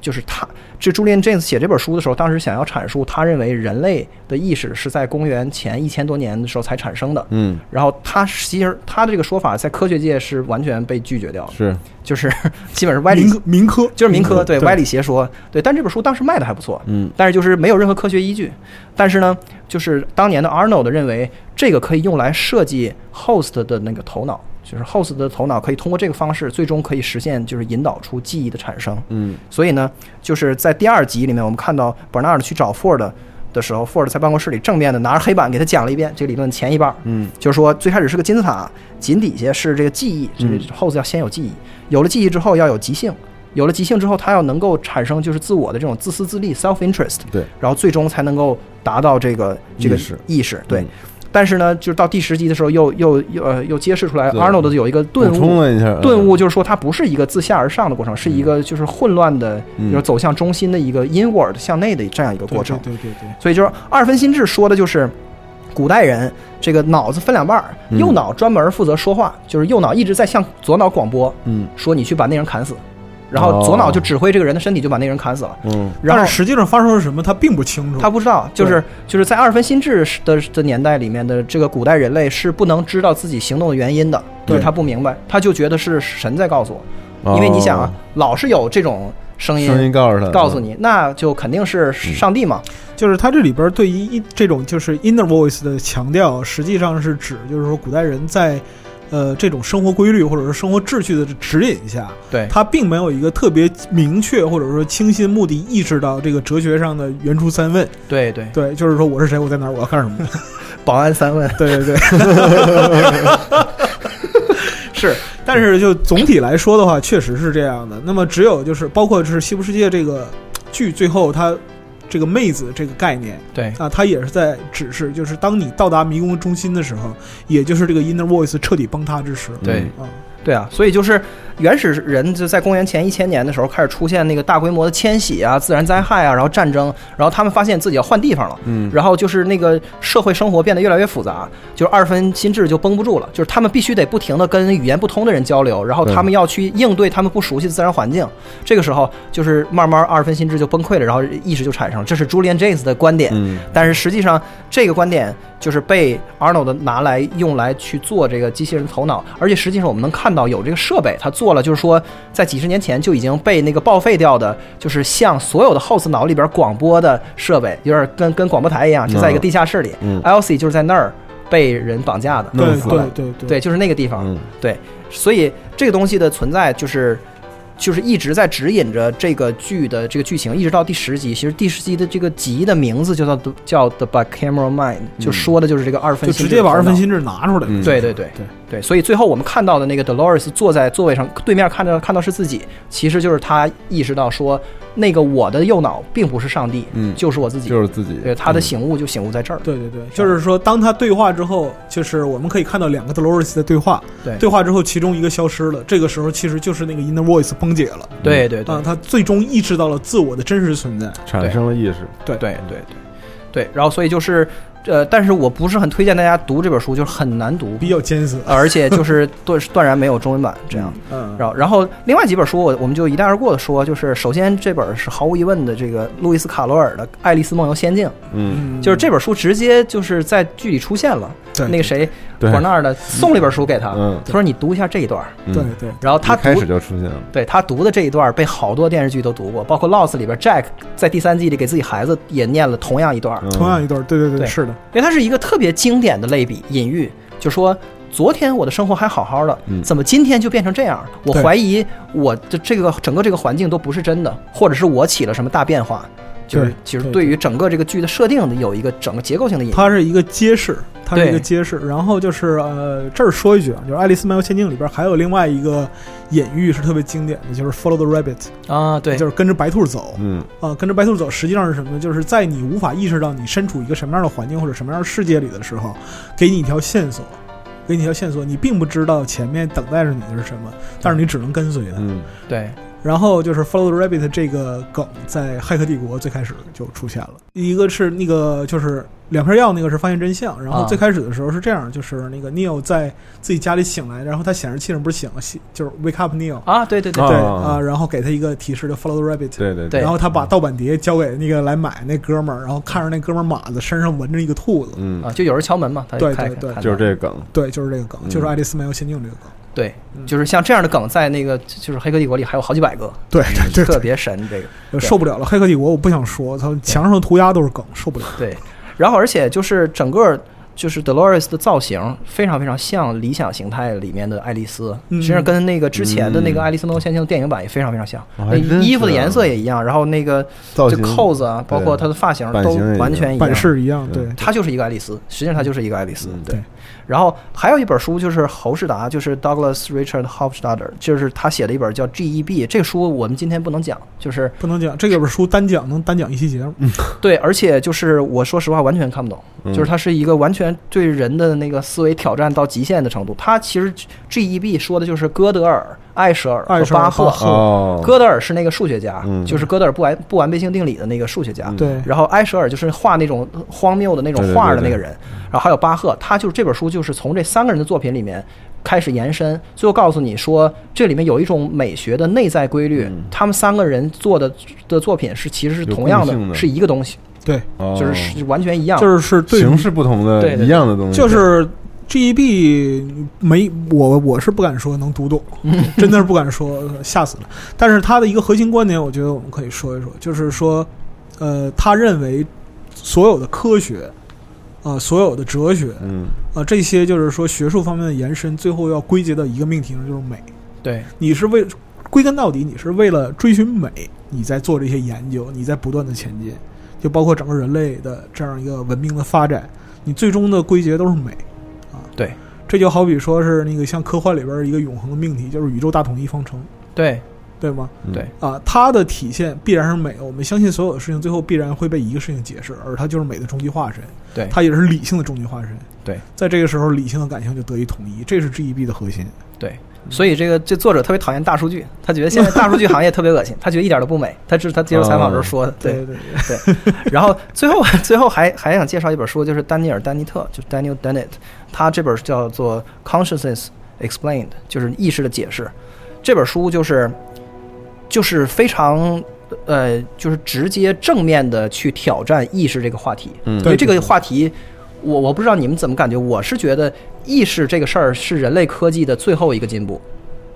K: 就是他这 Julian James 写这本书的时候，当时想要阐述他认为人类的意识是在公元前一千多年的时候才产生的，
I: 嗯，
K: 然后他其实他的这个说法在科学界是完全被拒绝掉的，
I: 是
K: 就是 基本是歪理
J: 民科民科
K: 就是民科对歪
J: 理，
K: 理邪说对，但这本书当时卖的还不错，
I: 嗯，
K: 但是就是没有任何科学依据。但是呢，就是当年的 Arnold 认为这个可以用来设计 host 的那个头脑，就是 host 的头脑可以通过这个方式，最终可以实现就是引导出记忆的产生，
I: 嗯，
K: 所以呢，就是在第二集里面，我们看到 Bernard 去找 Ford 的时候，Ford 在办公室里正面的拿着黑板给他讲了一遍这个理论前一半，
I: 嗯，
K: 就是说最开始是个金字塔，井底下是这个记忆，这个 host 要先有记忆，有了记忆之后要有即兴。有了即兴之后，他要能够产生就是自我的这种自私自利 （self interest），
I: 对，
K: 然后最终才能够达到这个这个
I: 意识
K: 意识，对
I: 嗯。
K: 但是呢，就是到第十集的时候又，又又呃又揭示出来
I: 对
K: ，Arnold 有一个顿
I: 补充
K: 悟，
I: 了一下，
J: 呃
I: 嗯
K: 顿悟就是说，它不是一个自下而上的
J: 嗯
K: 过程，是一个就是混乱的，
I: 嗯
K: 就是走向中心的一个 inward 向内的这样一个过
J: 对
K: 程
J: 对。对对对，
K: 所以就是二分心智说的就是古代人这个脑子分两半儿，
I: 嗯
K: 右脑专门负责说话，就是右脑一直在向左脑广播，
I: 嗯
K: 说你去把那人砍死，然后左脑就指挥这个人的身体就把那人砍死了。
I: 嗯
K: 然后
J: 哦但是实际上发生了什么，他并不清楚，
K: 他不知道，就是就是在二分心智的的年代里面的这个古代人类是不能知道自己行动的原因的，
I: 对
K: 就是他不明白，他就觉得是神在告诉我，
I: 哦
K: 因为你想啊，老是有这种声音
I: 声音嗯告诉他
K: 告诉你，那就肯定是上帝嘛，
J: 就是它这里边对于一这种就是 inner voice 的强调，实际上是指就是说古代人在呃这种生活规律或者是生活秩序的指引下，
K: 对
J: 他并没有一个特别明确或者说清晰目的意识到这个哲学上的原初三问。
K: 对对，
J: 对，就是说我是谁，我在哪儿，我要干什么。
K: 保安三问
J: 对对对。
K: 是
J: 但是就总体来说的话，确实是这样的。那么只有就是包括就是《西部世界》这个剧最后它这个妹子这个概念。
K: 对
J: 啊，它也是在指示，就是当你到达迷宫中心的时候，也就是
K: 嗯
J: 这个 inner voice 彻底崩塌之时。
I: 嗯
K: 对
J: 啊，
K: 对啊，所以就是原始人就在公元前一千年的时候开始出现那个大规模的迁徙啊、自然灾害啊，然后战争，然后他们发现自己要换地方了，嗯，然后就是那个社会生活变得越来越复杂，就是二分心智就绷不住了，就是他们必须得不停的跟语言不通的人交流，然后他们要去应对他们不熟悉的自然环境，这个时候就是慢慢二分心智就崩溃了，然后意识就产生了，这是 Julian James 的观点，
I: 嗯
K: 但是实际上，这个观点就是被 Arnold 拿来用来去做这个机器人头脑，而且实际上我们能看到有这个设备，它做了，就是说在几十年前就已经被那个报废掉的，就是向所有的 host 脑里边广播的设备，有点跟跟广播台一样，就在一个地下室里。
I: 嗯
K: Elsie 就是在那儿被人绑架的，
I: 弄
J: 对
I: 死了
J: 对对
K: 啊对，就是那个地方。
I: 嗯
K: 对，所以这个东西的存在就是就是一直在指引着这个剧的这个剧情，一直到第十集。其实第十集的这个集的名字就叫叫 The Bicameral Mind，、就说的就是这个二分
J: 嗯就
K: 心
J: 直
K: 智
J: 接把二分
K: 头脑
J: 心智拿出来。
I: 嗯
K: 对对对
J: 对
K: 对，所以最后我们看到的那个 Dolores 坐在座位上，对面看着看到是自己，其实就是他意识到说，那个我的右脑并不是上帝，
I: 嗯
K: 就是我自己。
I: 就是自己嗯
K: 对他的醒悟就醒悟在这儿，
J: 对对对，就是说，当他对话之后，就是我们可以看到两个 Dolores 的对话，
K: 对
J: 对话之后，其中一个消失了，这个时候其实就是那个 Inner Voice 崩解了，
K: 对对对
J: 啊，他最终意识到了自我的真实存在。
I: 产生了意识，
J: 对
K: 对对对对，然后所以就是呃，但是我不是很推荐大家读这本书，就是很难读，
J: 比较艰涩，
K: 而且 就是断断然没有中文版这样。
J: 嗯，
K: 然后，然后另外几本书我我们就一带而过的说，就是首先这本是毫无疑问的这个路易斯卡罗尔的《爱丽丝梦游仙境》，
I: 嗯，
J: 嗯
K: 就是这本书直接就是在剧里出现了。
J: 对
K: 那个谁，
I: 对
K: 管那儿的送了一本书给他，
I: 嗯
K: 他说你读一下这一段儿。
I: 嗯
J: 对对，
K: 然后啊他
I: 一开
K: 读
I: 始，就出现了，
K: 对他读的这一段儿被好多电视剧都读过，包括《Lost》里边 Jack 在第三季里给自己孩子也念了同样一段儿，
I: 嗯
J: 同样一段，对对对，
K: 对
J: 是的，
K: 因为它是一个特别经典的类比隐喻，就说。昨天我的生活还好好的，
I: 嗯
K: 怎么今天就变成这样？我
J: 对
K: 怀疑我的这个整个这个环境都不是真的，或者是我起了什么大变化。就是
J: 对
K: 其实
J: 对
K: 对于整个这个剧的设定的有一个整个结构性的隐喻。
J: 它是一个揭示，它是
K: 对
J: 一个揭示。然后就是呃，这儿说一句啊，就是《爱丽丝梦游仙境》里边还有另外一个隐喻是特别经典的，就是 Follow the Rabbit，
K: 啊，对
J: 就是跟着白兔走。
I: 嗯
J: 啊，跟着白兔走，实际上是什么呢？就是在你无法意识到你身处一个什么样的环境或者什么样的世界里的时候，给你一条线索，给你一条线索，你并不知道前面等待着你的是什么，但是你只能跟随它。
I: 嗯，
K: 对，
J: 然后就是 Follow the Rabbit 这个梗在《骇客帝国》最开始就出现了，一个是那个就是两片药，那个是发现真相。然后
K: 啊
J: 最开始的时候是这样，就是那个 Neo 在自己家里醒来，然后他显示器上不是醒了，醒就是 Wake Up Neo，
K: 啊，对对对，
J: 对
I: 啊
J: 啊，然后给他一个提示，就 Follow the Rabbit。
I: 对对
K: 对
J: 然后他把盗版碟交给那个来买那哥们儿，然后看着那哥们儿码子身上纹着一个兔子，
I: 嗯
K: 啊，，就有人敲门嘛，他
J: 对
K: 开
J: 对对
K: 开
I: 就是这个梗，
J: 对，就是这个梗，
I: 嗯
J: 就是《爱丽丝梦游仙境》这个梗，
K: 对，就是像这样的梗，在那个就是《黑客帝国》里还有好几百个，
J: 对对
K: 特
J: 对
K: 别神这个。
J: 嗯对，受不了了，《黑客帝国》我不想说，操，墙上的涂鸦都是梗，受不了。
K: 对，然后而且就是整个就是 Dolores 的造型非常非常像《理想形态》里面的爱丽丝，
J: 嗯
K: 其实跟那个之前的那个
I: 嗯
K: 《爱丽丝梦游仙境》的电影版也非常非常像，
I: 哦
K: 那
I: 还真
K: 衣服的
I: 是啊
K: 颜色也一样，然后那个
I: 造
K: 就
I: 型
K: 扣子啊，包括她的发型
I: 版
K: 都
I: 型也一
K: 完
I: 样
K: 全一样
J: 版。式一样，对，
K: 她就是一个爱丽丝，实际上她就是一个爱丽丝。
I: 嗯
K: 对，然后还有一本书就是侯世达，就是 Douglas Richard Hofstadter，就是他写了一本叫《G.E.B》这个书，我们今天不能讲，就是
J: 不能讲这个本书单讲能单讲一期节目，
K: 对，而且就是我说实话，完全看不懂，
I: 嗯
K: 就是它是一个完全对人的那个思维挑战到极限的程度。它其实 GEB 说的就是哥德尔、艾舍尔
J: 艾
K: 和
J: 舍尔
K: 巴赫
J: 巴。赫
I: 哦，
K: 哥德尔是那个数学家，
I: 嗯
K: 就是哥德尔不完不完备性定理的那个数学家。
I: 嗯
J: 对
K: 然后埃舍尔就是画那种荒谬的那种
I: 对对
K: 画的
I: 对
K: 那
I: 对
K: 个人，然后还有巴赫，他就是这本书就是从这三个人的作品里面开始延伸，最后告诉你说这里面有一种美学的内在规律，他们三个人做的的作品是其实是
I: 嗯有
K: 同样
I: 共性的
K: 是一个东西，
J: 对，
I: 哦
K: 就是是完全一样，
J: 就是是对
I: 形式不同
K: 对
I: 的
K: 对
I: 一样的东西，
J: 就是 GEB 没我我是不敢说能读懂，
I: 嗯
J: 真的是不敢说，吓死了。但是他的一个核心观点，我觉得我们可以说一说，就是说，呃，他认为所有的科学，啊、所有的哲学，啊、
I: 嗯
J: 这些就是说学术方面的延伸，最后要归结到一个命题上，就是美。
K: 对
J: 你是为归根到底，你是为了追寻美，你在做这些研究，你在不断的前进，就包括整个人类的这样一个文明的发展，你最终的归结都是美啊。
K: 对，
J: 这就好比说是那个像科幻里边一个永恒的命题，就是宇宙大统一方程，
K: 对
J: 对吗？
I: 嗯
K: 对
J: 啊，它的体现必然是美。我们相信所有的事情最后必然会被一个事情解释，而它就是美的终极化身。
K: 对
J: 它也是理性的终极化身。
K: 对，
J: 在这个时候，理性和感性就得以统一，这是 GEB 的核心。
K: 对。所以这个这作者特别讨厌大数据，他觉得现在大数据行业特别恶心，他觉得一点都不美。他只是他接受采访的时候说的，对
J: 对对。
K: 对， 然后最后最后还还想介绍一本书，就是丹尼尔·丹尼特，就是 Daniel Dennett，他这本叫做《Consciousness Explained》，就是意识的解释。这本书就是就是非常呃，就是直接正面的去挑战意识这个话题。
I: 嗯
K: 因为这个话题，我我不知道你们怎么感觉，我是觉得意识这个事儿是人类科技的最后一个进步，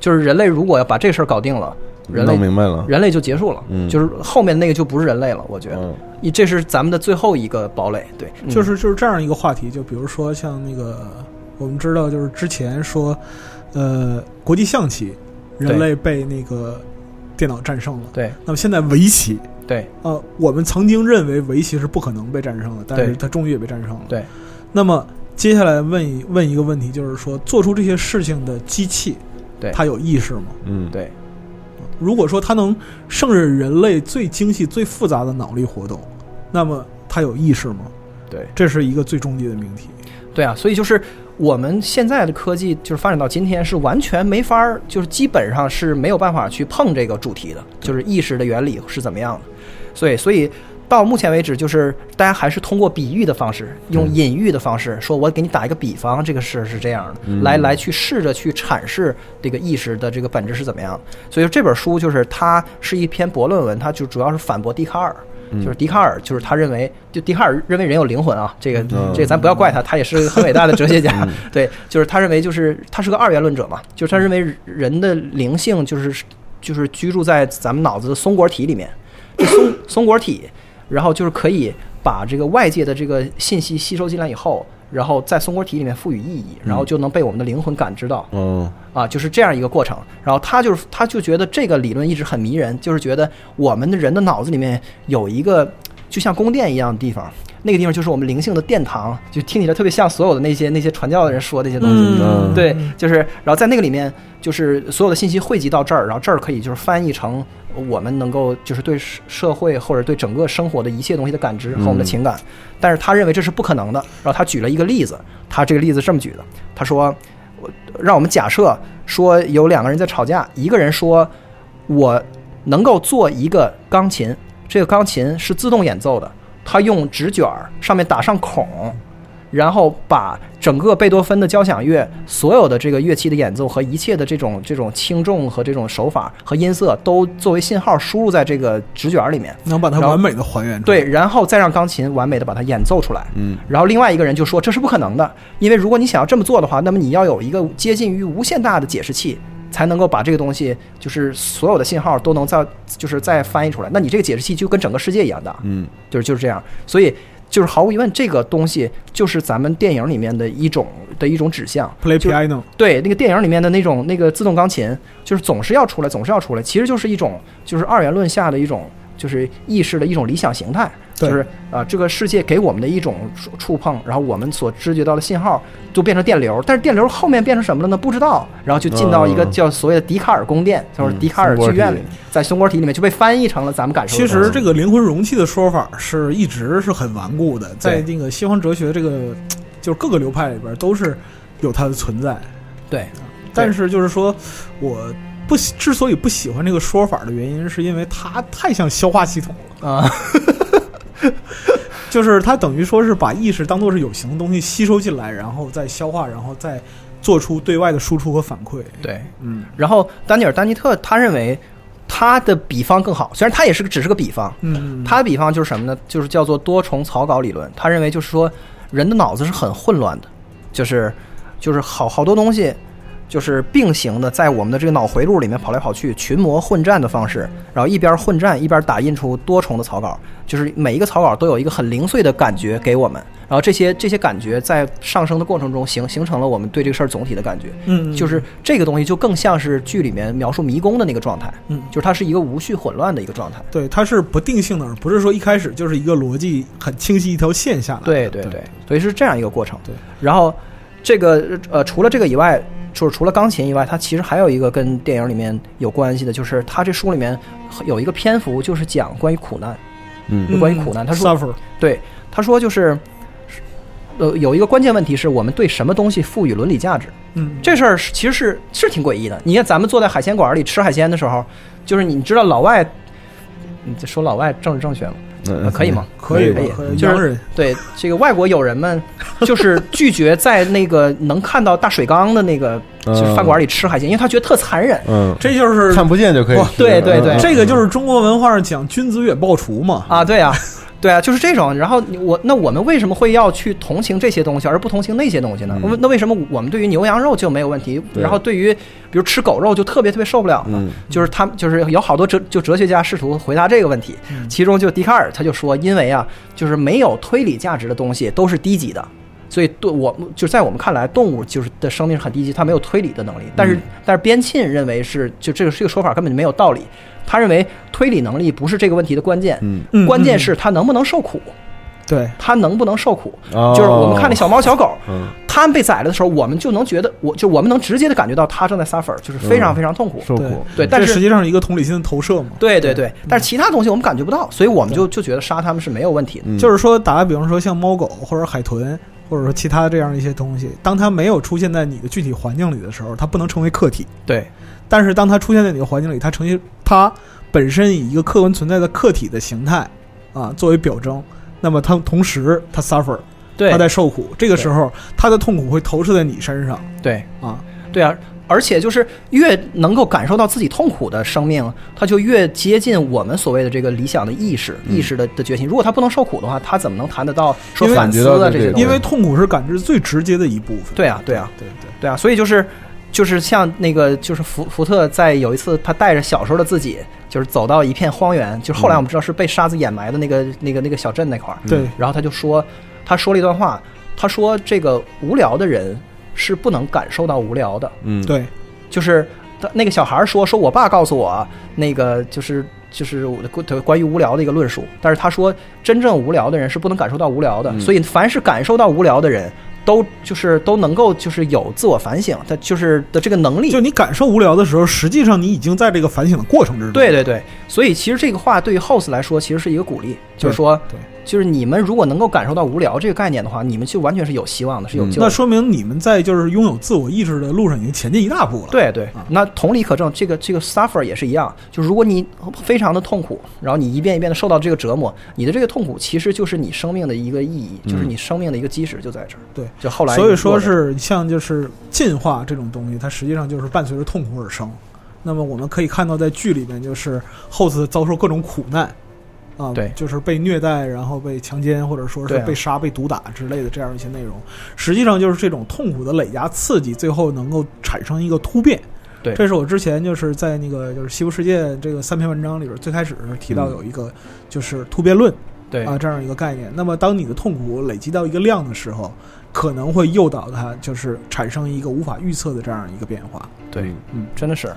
K: 就是人类如果要把这事儿搞定了，人
I: 嗯
K: 类
I: 弄明白了，
K: 人类就结束了，
I: 嗯
K: 就是后面那个就不是人类了，我觉得
I: 嗯，
K: 一这是咱们的最后一个堡垒，对，
J: 就
K: 嗯
J: 是就是这样一个话题，就比如说像那个我们知道，就是之前说，呃，国际象棋，人类被那个电脑战胜了。
K: 对，
J: 那么现在围棋，
K: 对，
J: 呃，我们曾经认为围棋是不可能被战胜的，但是
K: 对
J: 它终于也被战胜了。
K: 对，
J: 那么接下来问一问一个问题，就是说，做出这些事情的机器，
K: 对
J: 它有意识吗？
I: 嗯，
K: 对，
J: 如果说它能胜任人类最精细、最复杂的脑力活动，那么它有意识吗？
K: 对，
J: 这是一个最终极的命题。
K: 对啊，所以就是我们现在的科技，就是发展到今天，是完全没法儿，就是基本上是没有办法去碰这个主题的，就是意识的原理是怎么样的。所以，所以到目前为止，就是大家还是通过比喻的方式，用隐喻的方式，说我给你打一个比方，这个事是这样的，
I: 嗯
K: 来来去试着去阐释这个意识的这个本质是怎么样的。所以说这本书就是它是一篇博论文，它就主要是反驳笛卡尔。就是笛卡尔，就是他认为，就笛卡尔认为人有灵魂啊，这个这个咱不要怪他，他也是个很伟大的哲学家。 对，就是他认为，就是他是个二元论者嘛，就是他认为人的灵性就是就是居住在咱们脑子的松果体里面，这松松果体，然后就是可以把这个外界的这个信息吸收进来以后，然后在松果体里面赋予意义，然后就能被我们的灵魂感知到。
I: 嗯
K: 啊，就是这样一个过程。然后他就是他就觉得这个理论一直很迷人，就是觉得我们的人的脑子里面有一个就像宫殿一样的地方，那个地方就是我们灵性的殿堂，就听起来特别像所有的那些那些传教的人说的那些东西。
I: 嗯
K: 对，就是然后在那个里面，就是所有的信息汇集到这儿，然后这儿可以就是翻译成。我们能够就是对社社会或者对整个生活的一切东西的感知和我们的
I: 嗯
K: 情感，但是他认为这是不可能的。然后他举了一个例子，他这个例子是这么举的，他说，我让我们假设说有两个人在吵架，一个人说我能够做一个钢琴，这个钢琴是自动演奏的，它用纸卷儿上面打上孔，然后把整个贝多芬的交响乐所有的这个乐器的演奏和一切的这种这种轻重和这种手法和音色都作为信号输入在这个纸卷儿里面，
J: 能把它
K: 然后
J: 完美的还原出来。
K: 对，然后再让钢琴完美的把它演奏出来。
I: 嗯，
K: 然后另外一个人就说这是不可能的，因为如果你想要这么做的话，那么你要有一个接近于无限大的解释器，才能够把这个东西就是所有的信号都能再就是再翻译出来。那你这个解释器就跟整个世界一样大，
I: 嗯
K: 就是就是这样。所以就是毫无疑问，这个东西就是咱们电影里面的一种的一种指向。
J: Play
K: 就是
J: piano，
K: 对，那个电影里面的那种那个自动钢琴，就是总是要出来，总是要出来，其实就是一种就是二元论下的一种就是意识的一种理想形态，
J: 对
K: 就是啊、呃这个世界给我们的一种触触碰，然后我们所知觉到的信号就变成电流，但是电流后面变成什么了呢？不知道，然后就进到一个
I: 嗯
K: 叫所谓的笛卡尔宫殿，就是笛卡尔剧院
I: 松果
K: 里，
I: 体
K: 在松果体里面就被翻译成了咱们感受
J: 其
K: 的东西。
J: 实这个灵魂容器的说法是一直是很顽固的，在那个西方哲学这个就是各个流派里边都是有它的存在。
K: 对，
J: 但是就是说，我不喜之所以不喜欢这个说法的原因，是因为它太像消化系统了
K: 啊。
J: 就是它等于说是把意识当做是有形的东西吸收进来，然后再消化，然后再做出对外的输出和反馈。
K: 对，
J: 嗯
K: 然后丹尼尔·丹尼特他认为他的比方更好，虽然他也是个只是个比方，
J: 嗯，
K: 他的比方就是什么呢？就是叫做多重草稿理论。他认为就是说，人的脑子是很混乱的，就是就是好好多东西，就是并行的在我们的这个脑回路里面跑来跑去，群魔混战的方式，然后一边混战一边打印出多重的草稿，就是每一个草稿都有一个很零碎的感觉给我们，然后这些这些感觉在上升的过程中形形成了我们对这个事儿总体的感觉。
J: 嗯
K: 就是这个东西就更像是剧里面描述迷宫的那个状态，
J: 嗯啊
K: 就是它是一个无序混乱的一个状态。
J: 对，它是不定性的，而不是说一开始就是一个逻辑很清晰一条线下来的。
K: 对对
J: 对
K: 对，所以是这样一个过程。
J: 对，
K: 然后这个呃，除了这个以外，就是除了钢琴以外，它其实还有一个跟电影里面有关系的，就是它这书里面有一个篇幅就是讲关于苦难，
I: 嗯
K: 有关于苦难。他说，
J: suffer，
K: 对，他说就是。呃，有一个关键问题是我们对什么东西赋予伦理价值，
J: 嗯，
K: 这事儿是其实是是挺诡异的。你看，咱们坐在海鲜馆里吃海鲜的时候，就是你知道老外，你这说老外政治正确吗？呃
I: 嗯，
K: 可以吗？？
J: 可以吧
K: 可以
J: 可以，
K: 嗯就是
J: 洋人
K: 对这个外国友人们，就是拒绝在那个能看到大水缸的那个就是饭馆里吃海鲜，因为他觉得特残忍。
I: 嗯，
J: 这就是
I: 看不见就可以
J: 哇
I: 吃。
K: 对对对
I: 嗯
J: 这个就是中国文化上讲君子远庖厨嘛。
K: 啊，对啊，对啊，就是这种。然后你我那我们为什么会要去同情这些东西，而不同情那些东西呢？
I: 嗯
K: 那为什么我们对于牛羊肉就没有问题，
I: 对
K: 然后对于比如吃狗肉就特别特别受不了呢？
I: 嗯
K: 就是他们就是有好多哲就哲学家试图回答这个问题，
I: 嗯
K: 其中就笛卡尔他就说，因为啊，就是没有推理价值的东西都是低级的。所以对我就在我们看来，动物就是的生命是很低级，它没有推理的能力。但
I: 嗯
K: 是但是边沁认为是就这个这个说法根本就没有道理，他认为推理能力不是这个问题的关键，
J: 嗯
K: 关键是它能不能受苦。
J: 对
K: 它能不能受苦，
I: 哦
K: 就是我们看那小猫小狗，
I: 嗯
K: 它们被宰了的时候，我们就能觉得，我就我们能直接的感觉到它正在 suffer，就是非常
I: 嗯
K: 非常痛苦。
I: 受
J: 对
I: 苦，
K: 对，但
J: 这实嗯
K: 是
J: 际上是一个同理心的投射嘛。
K: 对对对，但是其他东西我们感觉不到，所以我们就就觉得杀它们是没有问题的。
I: 嗯
J: 就是说，打个比方说，像猫狗或者海豚，或者说其他这样一些东西，当它没有出现在你的具体环境里的时候，它不能成为客体；
K: 对
J: 但是当它出现在你的环境里，它呈现它本身以一个客观存在的客体的形态啊作为表征，那么它同时它 suffer，
K: 对
J: 它在受苦，这个时候它的痛苦会投射在你身上
K: 对
J: 啊。
K: 对啊，而且就是越能够感受到自己痛苦的生命，它就越接近我们所谓的这个理想的意识、
I: 嗯
K: 意识的的觉醒。如果它不能受苦的话，它怎么能谈得到说
J: 因为
K: 反思
I: 感觉到
K: 啊
I: 这
K: 这些
I: 个
K: 东西？
J: 因为痛苦是感知最直接的一部分。
K: 对啊，对啊，
J: 对对。
K: 对啊，所以就是就是像那个就是福福特在有一次他带着小时候的自己，就是走到一片荒原，就是后来我们知道是被沙子掩埋的那个那个那个小镇那块儿，
J: 对
K: 然后他就说他说了一段话，他说这个无聊的人是不能感受到无聊的，
I: 嗯，
J: 对，
K: 就是他那个小孩儿说说我爸告诉我那个就是。就是我的关关于无聊的一个论述，但是他说，真正无聊的人是不能感受到无聊的，
I: 嗯
K: 所以凡是感受到无聊的人，都就是都能够就是有自我反省，他就是的这个能力
J: 就。你感受无聊的时候，实际上你已经在这个反省的过程之中。
K: 对对对，所以其实这个话对于 House 来说，其实是一个鼓励，就是说，
J: 对
K: 就是你们如果能够感受到无聊这个概念的话，你们就完全是有希望的，是有
I: 嗯
K: 救
J: 那
K: 的。
J: 说明你们在就是拥有自我意识的路上已经前进一大步了。，
K: 对对，
J: 嗯
K: 那同理可证，这个这个 suffer 也是一样，就如果你非常的痛苦，然后你一遍一遍的受到这个折磨，你的这个痛苦其实就是你生命的一个意义，就是你生命的一个基石就在这儿。
J: 嗯对
K: 就后来
J: 所以
K: 你
J: 说
K: 做的
J: 是像就是进化这种东西，它实际上就是伴随着痛苦而生。那么我们可以看到，在剧里面就是后子遭受各种苦难，啊，
K: 对
J: 就是被虐待，然后被强奸，或者说是
K: 对啊
J: 被杀、被毒打之类的这样一些内容。实际上就是这种痛苦的累加刺激，最后能够产生一个突变。
K: 对
J: 这是我之前就是在那个就是《西部世界》这个三篇文章里边最开始提到有一个就是突变论，
K: 嗯对
J: 啊这样一个概念。那么当你的痛苦累积到一个量的时候，可能会诱导它就是产生一个无法预测的这样一个变化。
K: 对，嗯，真的是，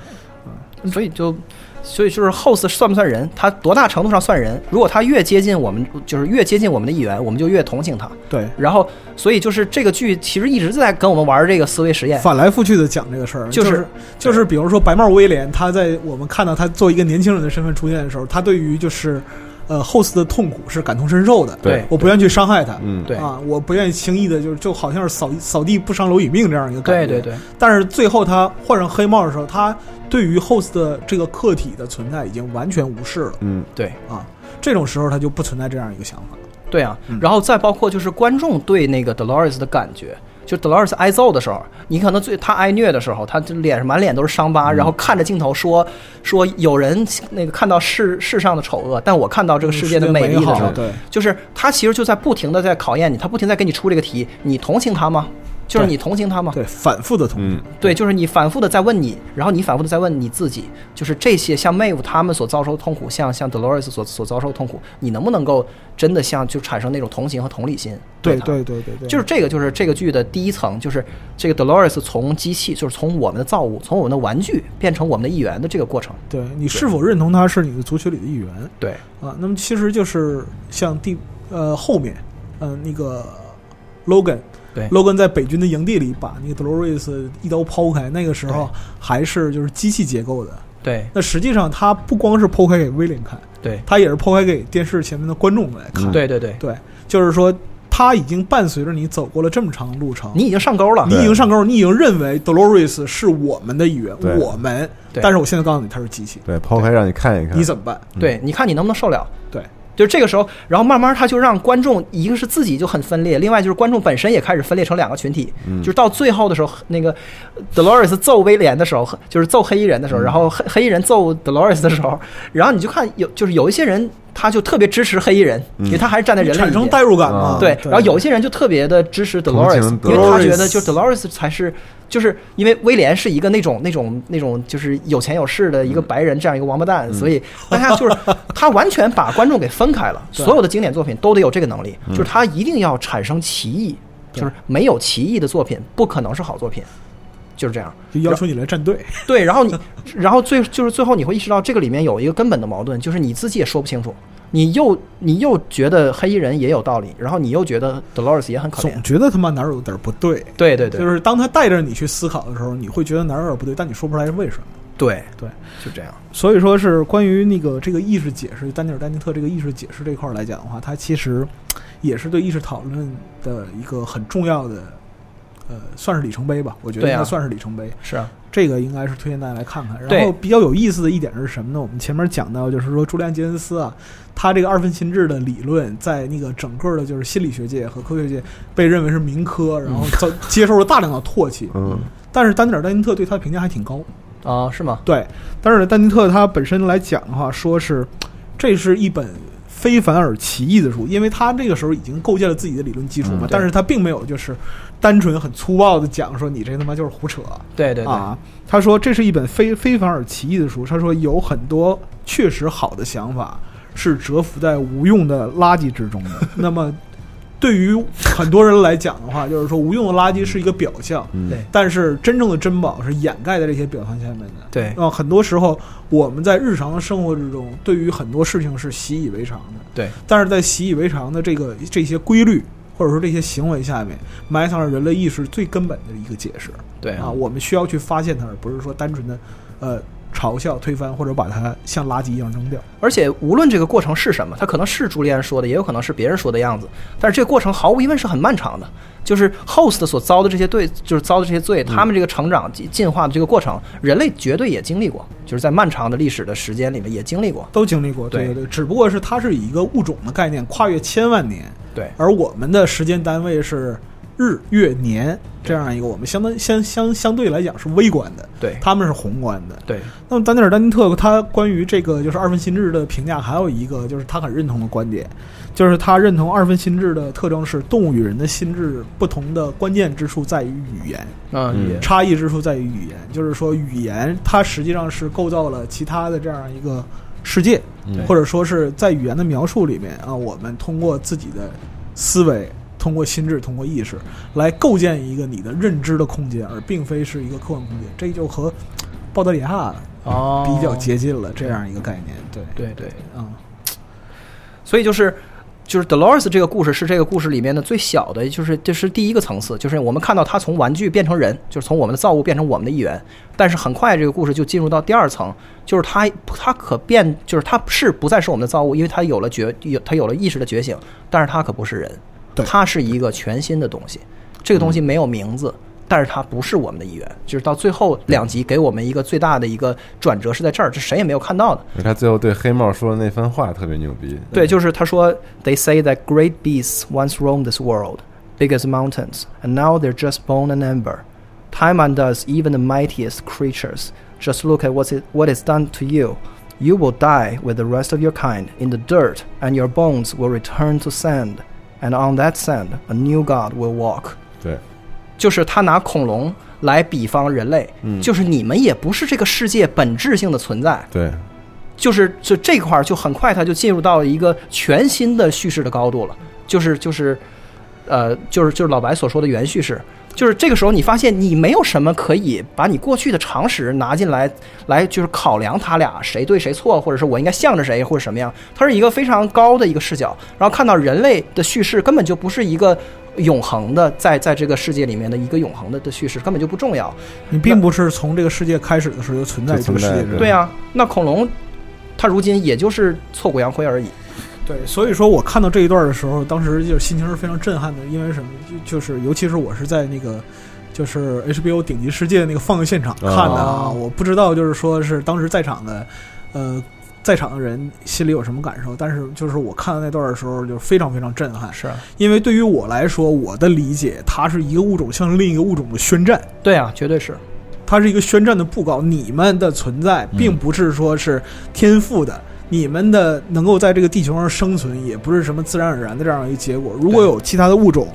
K: 嗯，所以就，所以就是 host 算不算人？他多大程度上算人？如果他越接近我们，就是越接近我们的一员，我们就越同情他。
J: 对，
K: 然后，所以就是这个剧其实一直在跟我们玩这个思维实验。
J: 反来覆去的讲这个事儿，
K: 哎就
J: 就是就是，比如说白帽威廉，他在我们看到他作为一个年轻人的身份出现的时候，他对于就是呃 host 的痛苦是感同身受的。
K: 对
J: 我不愿意去伤害他，
I: 嗯，
K: 对
J: 啊，我不愿意轻易的，就是就好像是扫扫地不伤蝼蚁命这样一个感
K: 对
J: 觉。
K: 对对。
J: 但是最后他换上黑帽的时候，他对于 host 的这个客体的存在已经完全无视了
I: 嗯，
K: 对
J: 啊。这种时候他就不存在这样一个想法。
K: 对啊，
J: 嗯
K: 然后再包括就是观众对那个 Dolores 的感觉，就 Dolores 挨揍的时候，你可能最他挨虐的时候，他这脸上满脸都是伤
J: 嗯
K: 疤，然后看着镜头说说有人那个看到世世上的丑恶，但我看到这个世界
J: 嗯
K: 的美丽的时候
J: 好，，对
K: 就是他其实就在不停的在考验你，他不停地在给你出这个题，你同情他吗？就是
J: 对
K: 你同情他吗？
J: 对，反复的同情。
I: 嗯，
K: 对，就是你反复的在问你，然后你反复的在问你自己，就是这些像 Mave 他们所遭受的痛苦，像像 Dolores 所所遭受的痛苦，你能不能够真的像就产生那种同情和同理心？
J: 对
K: 他
J: 对对对对，
K: 就是这个，就是这个剧的第一层，就是这个 Dolores 从机器，就是从我们的造物，从我们的玩具变成我们的一员的这个过程。
J: 对你是否认同他是你的族群里的一员
K: 对
J: 啊？那么其实就是像第呃后面，呃那个 Logan。
K: 对
J: Logan 在北军的营地里把那个 Dolores 一刀剖开，那个时候还是就是机器结构的。
K: 对
J: 那实际上他不光是剖开给威廉看，
K: 对嗯
J: 他也是剖开给电视前面的观众来看。
K: 对对对，
J: 对，就是说他已经伴随着你走过了这么长的路程，
K: 你已经上钩了
J: 你。已经上钩，你已经认为 Dolores 是我们的一员
I: 对，
J: 我们。
K: 对
J: 但是我现在告诉你，他是机器，
I: 对，抛开让你看一看，
J: 你怎么办？
K: 对，你看你能不能受了？
J: 对，
K: 就是这个时候，然后慢慢他就让观众，一个是自己就很分裂，另外就是观众本身也开始分裂成两个群体。就是到最后的时候，那个 Dolores 揍威廉的时候，就是揍黑衣人的时候，然后黑黑衣人揍 Dolores 的时候，然后你就看有就是有一些人他就特别支持黑衣人，因为他还是站在人类
J: 产
K: 一
J: 生
K: 边
J: 代入感嘛
I: 啊？
K: 对，然后有一些人就特别的支持
I: 同
K: Dolores，
I: 情
K: 因为他
J: Dolores
K: 觉得就 Dolores 才是，就是因为威廉是一个那种那种那种就是有钱有势的一个白人这样一个王八蛋，所以大家就是他完全把观众给分开了。所有的经典作品都得有这个能力，就是他一定要产生歧义。就是没有歧义的作品不可能是好作品，就是这样。
J: 就要求你来站队。
K: 对，然后你，然后最就是最后你会意识到这个里面有一个根本的矛盾，就是你自己也说不清楚。你又你又觉得黑衣人也有道理，然后你又觉得 Dolores 也很可怜，
J: 总觉得他妈哪儿有点不对。
K: 对对对，
J: 就是当他带着你去思考的时候，你会觉得哪儿有点不对，但你说不出来是为什么。
K: 对
J: 对，
K: 就这样。
J: 所以说是关于那个这个意识解释，丹尼尔·丹尼特这个意识解释这块来讲的话，它其实也是对意识讨论的一个很重要的，呃，算是里程碑吧。我觉得应该算是里程碑。
K: 是啊，
J: 这个应该是推荐大家来看看。
K: 对
J: 然后比较有意思的一点是什么呢？我们前面讲到，就是说朱利安·杰恩斯啊，他这个二分心智的理论，在那个整个的就是心理学界和科学界被认为是民科，然后遭接受了大量的唾弃。
I: 嗯，
J: 但是丹尼尔·丹尼特对他的评价还挺高。
K: 啊，是吗？
J: 对，但是丹尼特他本身来讲的话，说是这是一本非凡而奇异的书，因为他这个时候已经构建了自己的理论基础嘛，
K: 对
J: 但是他并没有就是单纯很粗暴的讲说你这他妈就是胡扯
K: 对对对，
J: 啊。他说这是一本非非凡而奇异的书，他说有很多确实好的想法是蛰伏在无用的垃圾之中 的。那么。对于很多人来讲的话，就是说无用的垃圾是一个表象，
I: 嗯
K: 对
J: 但是真正的珍宝是掩盖在这些表象下面的。
K: 对
J: 那很多时候我们在日常的生活之中，对于很多事情是习以为常的，
K: 对
J: 但是在习以为常的这个这些规律或者说这些行为下面，埋藏着人类意识最根本的一个解释
K: 对
J: 啊，我们需要去发现它，而不是说单纯的呃嘲笑、推翻或者把它像垃圾一样扔掉。
K: 而且无论这个过程是什么，它可能是朱利安说的，也有可能是别人说的样子。但是这个过程毫无疑问是很漫长的，就是 host 所遭的这些罪，就是遭的这些罪，他们这个成长进进化的这个过程，人类绝对也经历过，就是在漫长的历史的时间里面也经历过。
J: 都经历过，对
K: 对
J: 对，只不过是它是以一个物种的概念跨越千万年，
K: 对
J: 而我们的时间单位是日月年这样一个，我们相当相相相对来讲是微观的，
K: 对
J: 他们是宏观的。
K: 对
J: 那么丹尼尔·丹尼特他关于这个就是二分心智的评价，还有一个就是他很认同的观点，就是他认同二分心智的特征是动物与人的心智不同的关键之处在于语言，
K: 嗯，也
J: 差异之处在于语言，就是说语言它实际上是构造了其他的这样一个世界，
I: 嗯
J: 或者说是在语言的描述里面啊，我们通过自己的思维。通过心智，通过意识来构建一个你的认知的空间，而并非是一个客观空间。这就和鲍德里亚
K: 哦
J: 啊比较接近了这样一个概念。对，
K: 对对，
J: 嗯，
K: 所以就是。就是 Dolores 这个故事是这个故事里面的最小的，就是这是第一个层次，就是我们看到他从玩具变成人，就是从我们的造物变成我们的一员。但是很快这个故事就进入到第二层，就是他他可变，就是他是不再是我们的造物，因为他有了觉有他有了意识的觉醒，但是他可不是人，
J: 对
K: 他是一个全新的东西，这个东西没有名字。但是它不是我们的一员，就是到最后两集给我们一个最大的一个转折是在这儿，这谁也没有看到的。
I: 他最后对黑帽说的那番话特别牛逼。
K: 对，就是他说，They say that great beasts once roamed this world, big as mountains, and now they're just bone and ember. Time undoes even the mightiest creatures. Just look at what's it, what it's done to you. You will die with the rest of your kind in the dirt, and your bones will return to sand. And on that sand, a new god will walk.
I: 对，
K: 就是他拿恐龙来比方人类，就是你们也不是这个世界本质性的存在，
I: 对，
K: 就是这这块儿就很快它就进入到一个全新的叙事的高度了，就是就是，呃，就是就是老白所说的原叙事，就是这个时候你发现你没有什么可以把你过去的常识拿进来来就是考量他俩谁对谁错，或者是我应该向着谁或者什么样，它是一个非常高的一个视角，然后看到人类的叙事根本就不是一个。永恒的，在在这个世界里面的一个永恒的的叙事根本就不重要，
J: 你并不是从这个世界开始的时候就存在于这个世界
I: 就存在
J: 上。
K: 对啊，那恐龙，它如今也就是挫骨扬灰而已。
J: 对，所以说我看到这一段的时候，当时就是心情是非常震撼的，因为什么？就就是尤其是我是在那个。就是 HBO 顶级世界那个放映现场看的啊，
K: 哦
J: 我不知道就是说是当时在场的，呃，在场的人心里有什么感受，但是就是我看到那段的时候，就非常非常震撼，
K: 是
J: 因为对于我来说，我的理解，它是一个物种向另一个物种的宣战，
K: 对啊，绝对是。
J: 它是一个宣战的布告。你们的存在并不是说是天赋的，你们的能够在这个地球上生存，也不是什么自然而然的这样一个结果。如果有其他的物种，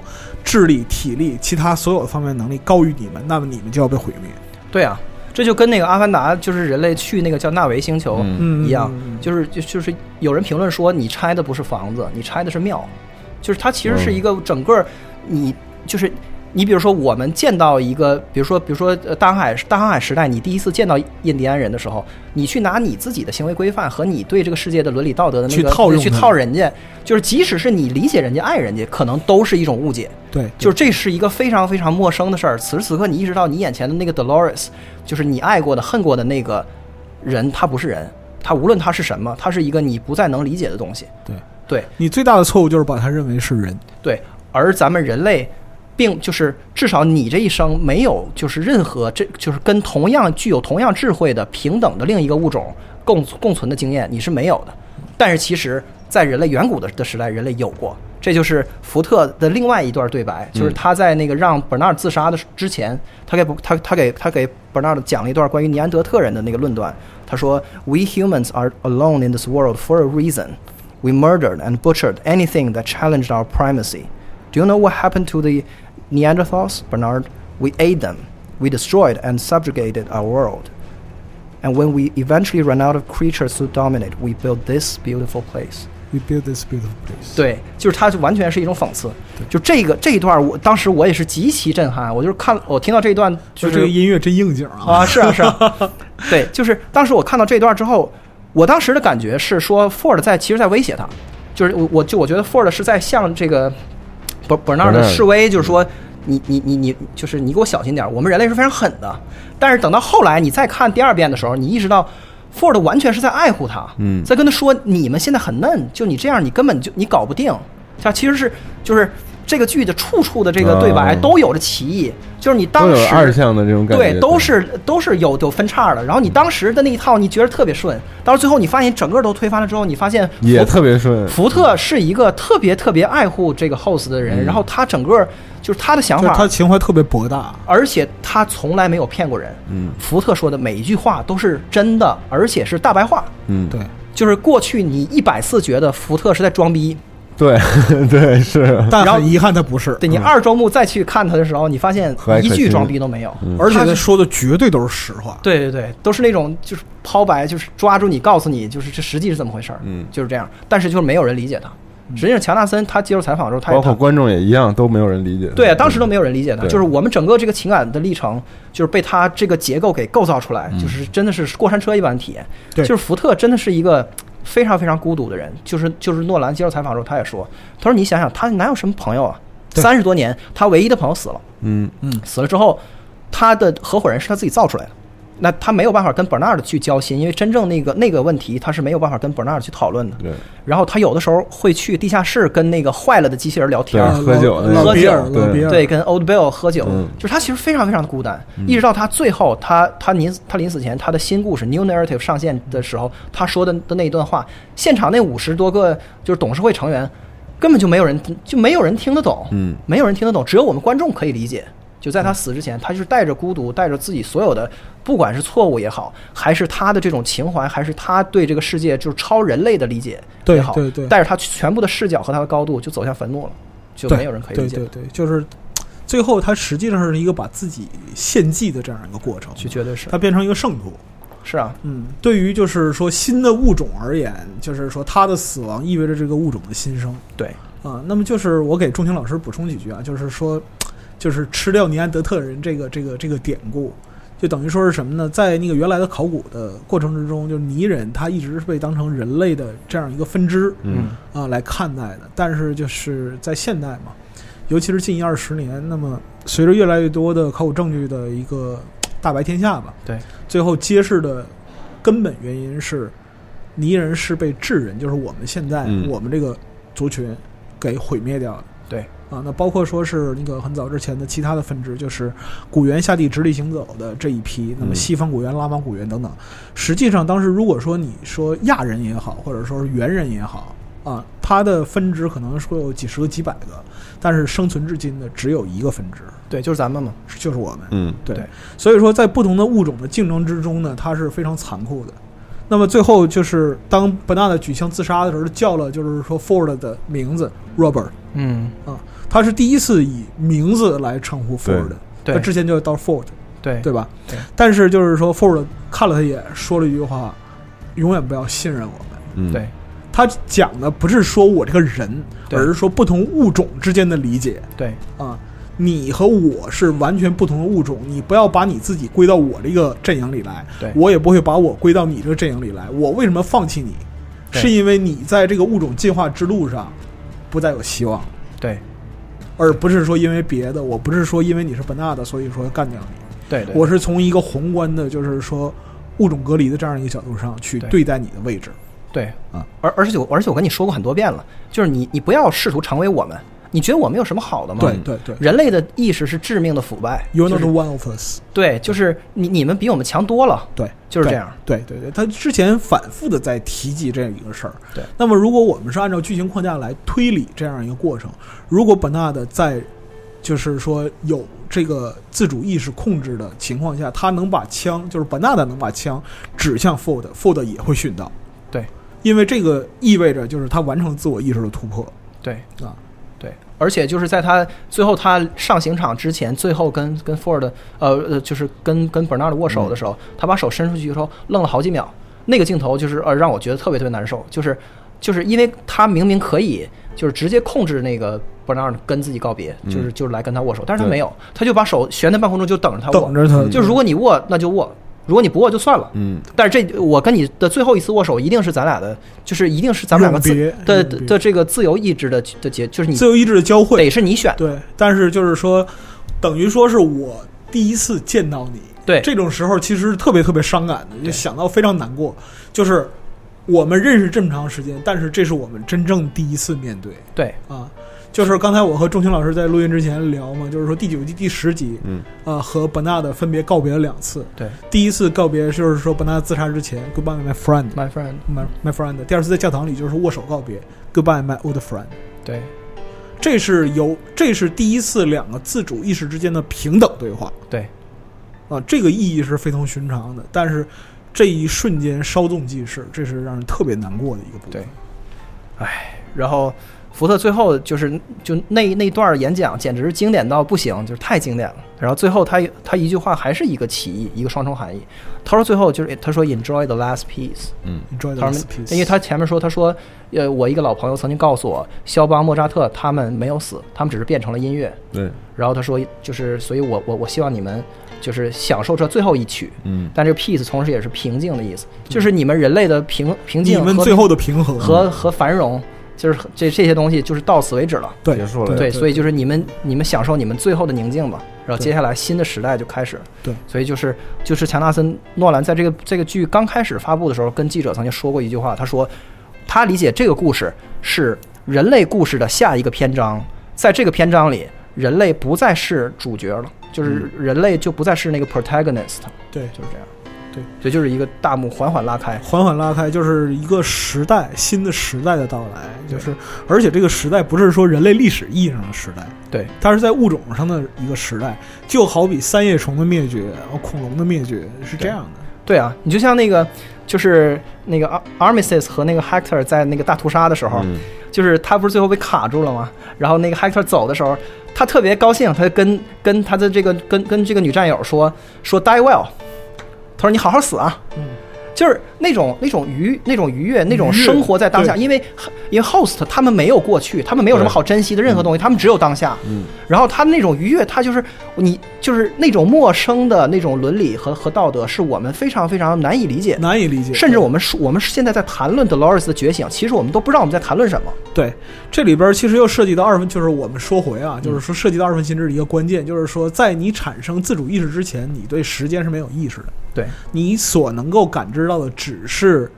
J: 智力、体力、其他所有方面能力高于你们，那么你们就要被毁灭。
K: 对啊，这就跟那个《阿凡达》就是人类去那个叫纳维星球
J: 嗯
K: 一样，
J: 嗯
K: 就是就就是有人评
J: 嗯
K: 论说你拆的不是房子，你拆的是庙，就是它其实是一个整个你就是你比如说我们见到一个，比如说比如说呃大航海大航海时代，你第一次见到印第安人的时候，你去拿你自己的行为规范和你对这个世界的伦理道德的那个
J: 去套用
K: 去
J: 它
K: 套人家，就是即使是你理解人家、爱人家，可能都是一种误解。
J: 对，
K: 就是这是一个非常非常陌生的事儿。此时此刻，你意识到你眼前的那个 Dolores，就是你爱过的、恨过的那个人，他不是人，他无论他是什么，他是一个你不再能理解的东西。
J: 对
K: 对
J: 你最大的错误就是把他认为是人。
K: 对，而咱们人类，并就是至少你这一生没有就是任何这就是跟同样具有同样智慧的平等的另一个物种共共存的经验，你是没有的。但是其实，在人类远古的的时代，人类有过。这就是福特的另外一段对白，就是他在那个让伯纳尔自杀的之前，他给他他给他给伯纳尔讲了一段关于尼安德特人的那个论断。他说：“We humans are alone in this world for a reason. We murdered and butchered anything that challenged our primacy. Do you know what happened to the Neanderthals, Bernard? We ate them. We destroyed and subjugated our world. And when we eventually ran out of creatures to dominate, we built this beautiful place.
J: We build this beautiful place。
K: 对，就是它完全是一种讽刺。就这个这一段我，当时我也是极其震撼。我就是看我听到这一段，就
J: 就是这个音乐真应景啊！
K: 啊，是啊，是啊，对，就是当时我看到这段之后，我当时的感觉是说，Ford 在其实在威胁他，就是我我就我觉得 Ford 是在向这个伯伯纳的
I: Bernard
K: 示威，就是说。你你你你，就是你给我小心点儿！我们人类是非常狠的，但是等到后来你再看第二遍的时候，你意识到 Ford 完全是在爱护他，
I: 嗯
K: 在跟他说你们现在很嫩，就你这样，你根本就你搞不定。他其实是就是这个剧的处处的这个对白
I: 哦
K: 都有着歧义，就是你
I: 都
K: 当
I: 有
K: 时
I: 二项的这种感觉，
K: 对，都是都是有有分叉的。然后你当时的那一套，你觉得特别顺，到最后你发现整个都推翻了之后，你发现福
I: 也特别嗯顺，
K: 福特是一个特别特别爱护这个 host 的人，然后他整个就是他的想
J: 就是他
K: 法，
J: 情怀特别博大，
K: 而且他从来没有骗过人。嗯，福特说的每一句话都是真的，而且是大白话。
I: 嗯，
J: 对，
K: 就是过去你一百次觉得福特是在装逼，
I: 对对 是，
J: 但
K: 然后
J: 很遗憾他不是，嗯
K: 对你二周目再去看他的时候，你发现
I: 嗯和蔼可
K: 一句
I: 亲嗯
K: 装逼都没有。
J: 而且他说的绝对都是实话。
K: 对对对，都是那种就是抛白，就是抓住你，告诉你就是这实际是怎么回事儿，
I: 嗯
K: 就是这样。但是就是没有人理解他。实际上，乔纳森他接受采访的时候，他也
I: 包括
K: 他
I: 观众也一样，都没有人理解。
K: 对啊当时都没有人理解他，
I: 对
K: 就是我们整个这个情感的历程，就是被他这个结构给构造出来，
I: 嗯
K: 就是真的是过山车一般的体验。
J: 对
K: 就是福特真的是一个非常非常孤独的人，就是就是诺兰接受采访的时候他也说，他说你想想他哪有什么朋友啊，
J: 对
K: 三十多年他唯一的朋友死了。
I: 嗯，
K: 死了之后，他的合伙人是他自己造出来的。那他没有办法跟 Bernard 去交心，因为真正那个那个问题，他是没有办法跟 Bernard 去讨论的。
I: 对，
K: 然后他有的时候会去地下室跟那个坏了的机器人聊天
I: 对
K: 儿，
I: 喝酒那
J: 呃老
K: 个
J: 比尔，
I: 喝酒
J: 老比尔，
K: 对，跟 Old Bill 喝酒，
I: 嗯
K: 就是他其实非常非常的孤单，一直到他最后他他临他临死前他的新故事 New Narrative 上线的时候，他说的的那一段话，现场那五十多个就是董事会成员，根本就没有人就没有人听得懂，
I: 嗯
K: 没有人听得懂，只有我们观众可以理解。就在他死之前，他就是带着孤独，带着自己所有的，不管是错误也好，还是他的这种情怀，还是他对这个世界就是超人类的理解也
J: 对
K: 好，
J: 对对
K: 带着他全部的视角和他的高度就走向坟墓了，就
J: 对
K: 没有人可以理
J: 对
K: 解
J: 对，对，就是最后他实际上是一个把自己献祭的这样一个过程，
K: 就绝对是
J: 他变成一个圣徒。
K: 是啊，
J: 嗯，对于就是说新的物种而言，就是说他的死亡意味着这个物种的新生
K: 对。
J: 啊。那么就是我给钟情老师补充几句啊，就是说，就是吃掉尼安德特人这个这个这个典故。就等于说是什么呢？在那个原来的考古的过程之中，就泥人他一直是被当成人类的这样一个分支，
I: 嗯
J: 啊来看待的。但是就是在现代嘛，尤其是近一二十年，那么随着越来越多的考古证据的一个大白天下吧，
K: 对，
J: 最后揭示的根本原因是泥人是被智人，就是我们现在、
I: 嗯
J: 我们这个族群给毁灭掉的。
K: 对
J: 啊，那包括说是那个很早之前的其他的分支，就是古猿下地直立行走的这一批，那么
I: 嗯
J: 西方古猿、拉芒古猿等等，实际上，当时如果说你说亚人也好，或者说是猿人也好啊，它的分支可能会有几十个、几百个，但是生存至今的只有一个分支，
K: 对，就是咱们嘛。
J: 就是我们。
I: 嗯，
J: 对
K: 对
J: 所以说在不同的物种的竞争之中呢，它是非常残酷的。那么最后就是当本纳的举枪自杀的时候，叫了就是说 Ford 的名字 Robert
K: 嗯，
J: 啊，他是第一次以名字来称呼 Ford 的，
K: 对
J: 他之前就叫 Ford，
K: 对
J: 对吧？
K: 对
J: 但是就是说，Ford 看了他一眼，说了一句话：“永远不要信任我们。
I: 嗯，
K: 对，
J: 他讲的不是说我这个人，
K: 对
J: 而是说不同物种之间的理解
K: 对
J: 啊。你和我是完全不同的物种，你不要把你自己归到我这个阵营里来
K: 对，
J: 我也不会把我归到你这个阵营里来。我为什么放弃你？
K: 对
J: 是因为你在这个物种进化之路上不再有希望，
K: 对
J: 而不是说因为别的。我不是说因为你是本纳的，所以说干掉你。
K: 对对，
J: 我是从一个宏观的，就是说物种隔离的这样一个角度上去
K: 对
J: 对待你的位置。
K: 对
J: 啊，
K: 而而且我而且我跟你说过很多遍了，就是你你不要试图成为我们，你觉得我们有什么好的吗？
J: 对对对
K: 人类的意识是致命的腐败，
J: ，You're
K: 就
J: not
K: 是
J: one of us。
K: 对，就是你你们比我们强多了，
J: 对，
K: 就是这样。
J: 对对对，他之前反复的在提及这样一个事儿。
K: 对，
J: 那么如果我们是按照剧情框架来推理这样一个过程，如果本纳的在就是说有这个自主意识控制的情况下，他能把枪，就是本纳的能把枪指向 Ford，Ford 也会殉道。
K: 对，
J: 因为这个意味着就是他完成自我意识的突破
K: 对
J: 啊。
K: 对，而且就是在他最后他上刑场之前，最后跟跟 Ford 呃呃，就是跟跟 Bernard 握手的
J: 嗯
K: 时候，他把手伸出去之后愣了好几秒，那个镜头就是呃让我觉得特别特别难受，就是就是因为他明明可以就是直接控制那个 Bernard 跟自己告别，就是
I: 嗯
K: 就是来跟他握手，但是他
I: 对
K: 没有，他就把手悬在半空中就等着他握，
J: 等着他
K: 就如果你握那就握。如果你不握就算了，
I: 嗯，
K: 但是这我跟你的最后一次握手，一定是咱俩的，就是一定是咱们两个自
J: 永别
K: 的
J: 永别
K: 的这个自由意志的的结，就是你
J: 自由意志的交汇
K: 得。是你选的，
J: 对，但是就是说，等于说是我第一次见到你，
K: 对
J: 这种时候其实是特别特别伤感的，就想到非常难过。就是我们认识这么长时间，但是这是我们真正第一次面对
K: 对
J: 啊。就是刚才我和钟情老师在录音之前聊嘛，就是说第九季第十集，
I: 嗯，
J: 啊、和本纳的分别告别了两次。
K: 对
J: 第一次告别就是说本纳自杀之前，Goodbye my friend
K: ，my friend，
J: my my friend。第二次在教堂里就是握手告别，Goodbye my old friend。
K: 对
J: 这是由这是第一次两个自主意识之间的平等对话
K: 对
J: 啊，这个意义是非同寻常的，但是这一瞬间稍纵即逝，这是让人特别难过的一个部分
K: 对。然后福特最后就是就那那段演讲简直是经典到不行，就是太经典了。然后最后他他一句话还是一个歧义，一个双重含义。他说最后就是他说 enjoy the last piece，
I: 嗯
J: Enjoy the
K: 他
J: last
K: 说
J: piece，
K: 因为他前面说他说呃我一个老朋友曾经告诉我，肖邦、莫扎特他们没有死，他们只是变成了音乐。
I: 对，
K: 然后他说就是所以我我我希望你们就是享受这最后一曲。
I: 嗯，
K: 但这个 peace 同时也是平静的意思，就是你们人类的平平啊
J: 你
K: 静
J: 们
K: 和
J: 最后的平衡
K: 和和繁荣，就是这这些东西就是到此为止了。
J: 对
I: 结束了
K: 对，所以就是你们你们享受你们最后的宁静吧，然后接下来新的时代就开始了。
J: 对
K: 所以就是就是强纳森诺兰在这个这个剧刚开始发布的时候，跟记者曾经说过一句话，他说他理解这个故事是人类故事的下一个篇章，在这个篇章里，人类不再是主角了，就是人类就不再是那个 protagonist，
J: 对
K: 就是这样。
J: 对，
K: 所以就是一个大幕缓缓拉开。
J: 缓缓拉开，就是一个时代新的时代的到来，就是而且这个时代不是说人类历史意义上的时代，
K: 对，
J: 它是在物种上的一个时代，就好比三叶虫的灭绝、恐龙的灭绝是这样的。
K: 对啊，你就像那个，就是那个 Ar- Armistice 和那个 Hector 在那个大屠杀的时候，
I: 嗯
K: 就是他不是最后被卡住了吗？然后那个 Hector 走的时候，他特别高兴，他就跟跟他的这个跟跟这个女战友说说 Die well，他说你好好死啊。
J: 嗯
K: 就是那种那种愉那种愉悦，那种
J: 愉悦
K: 生活在当下，
J: 对
K: 因为因为 host 他们没有过去，他们没有什么
I: 对
K: 好珍惜的
J: 嗯
K: 任何东西，他们只有当下。
I: 嗯，
K: 然后他那种愉悦，他就是你就是那种陌生的那种伦理和和道德，是我们非常非常难以理解的。
J: 难以理解，
K: 甚至我们说我们现在在谈论 Dolores 的觉醒，其实我们都不知道我们在谈论什么。
J: 对，这里边儿其实又涉及到二分，就是我们说回
K: 嗯
J: 啊，就是说涉及到二分心智的一个关键，就是说在你产生自主意识之前，你对时间是没有意识的，
K: 对
J: 你所能够感知到的只是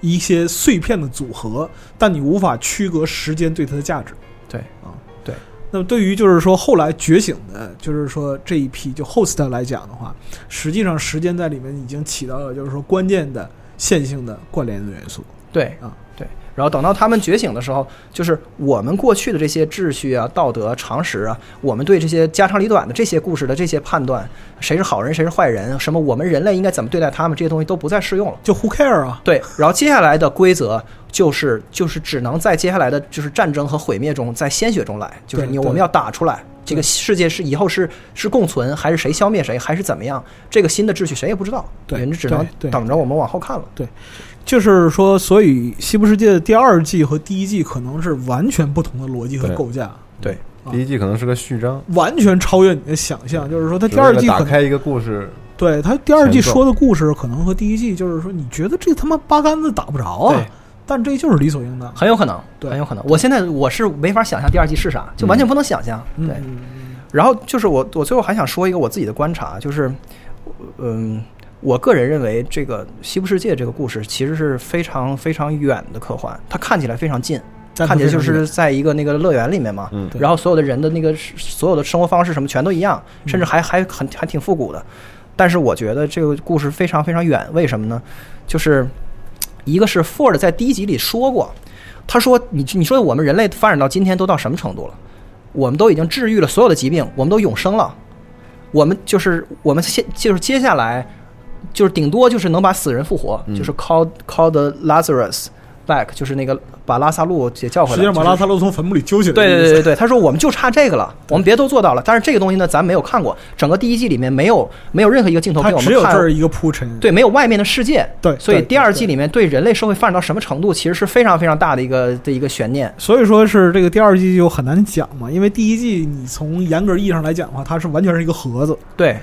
J: 一些碎片的组合，但你无法区隔时间对它的价值。
K: 对
J: 啊，
K: 对。
J: 那么对于就是说后来觉醒的，就是说这一批就 host 来讲的话，实际上时间在里面已经起到了就是说关键的线性的关联的元素。
K: 对
J: 啊
K: 对。然后等到他们觉醒的时候，就是我们过去的这些秩序啊、道德、常识啊，我们对这些家长里短的这些故事的这些判断，谁是好人，谁是坏人，什么我们人类应该怎么对待他们，这些东西都不再适用了。
J: 就 who care 啊？
K: 对，然后接下来的规则就是就是只能在接下来的就是战争和毁灭中，在鲜血中来，就是
J: 对
K: 你
J: 对
K: 我们要打出来，这个世界是以后是是共存，还是谁消灭谁，还是怎么样？这个新的秩序谁也不知道，
J: 对
K: 人家只能
J: 对对
K: 等着我们往后看了。
J: 就是说，所以《西部世界》的第二季和第一季可能是完全不同的逻辑和构架。
K: 对，
I: 第一季可能是个序章，
J: 完全超越你的想象。就是说，它第二
I: 只
J: 季
I: 是为了
J: 可
I: 打开
J: 能
I: 一个故事，
J: 对它第二季
I: 前奏
J: 说的故事，可能和第一季就是说，你觉得这他妈八竿子打不着啊
K: 对，
J: 但这就是理所应当。
K: 很有可能，
J: 对
K: 很有可能。我现在我是没法想象第二季是啥，就完全不能想象。对
J: 嗯，
K: 然后就是我，我最后还想说一个我自己的观察，就是，嗯，我个人认为这个《西部世界》这个故事其实是非常非常远的科幻，它看起来非常近，
J: 但它
K: 看起来就
J: 非常
K: 是在一个那个乐园里面嘛，
I: 嗯
J: 对
K: 然后所有的人的那个所有的生活方式什么全都一样，甚至还还很还挺复古的。但是我觉得这个故事非常非常远，为什么呢？就是一个是 Ford 在第一集里说过，他说你你说我们人类发展到今天都到什么程度了？我们都已经治愈了所有的疾病，我们都永生了，我们就是我们现就是接下来就是顶多就是能把死人复活，
J: 嗯
K: 就是 call call the Lazarus back，就是那个把拉萨路也叫回来，
J: 实际上把
K: 就是
J: 拉萨洛从坟墓里揪起来的
K: 对
J: 意思，
K: 对对对对，他说我们就差这个了，我们别都做到了。但是这个东西呢，咱没有看过，整个第一季里面没有没有任何一个镜头
J: 它
K: 给我
J: 只有
K: 们
J: 这
K: 看
J: 儿，一个铺陈。
K: 对，没有外面的世界。
J: 对
K: 所以
J: 对
K: 第二季里面对人类社会发展到什么程度，其实是非常非常大的一个的一个悬念。
J: 所以说是这个第二季就很难讲嘛，因为第一季你从严格意义上来讲的话，它是完全是一个盒子，
K: 对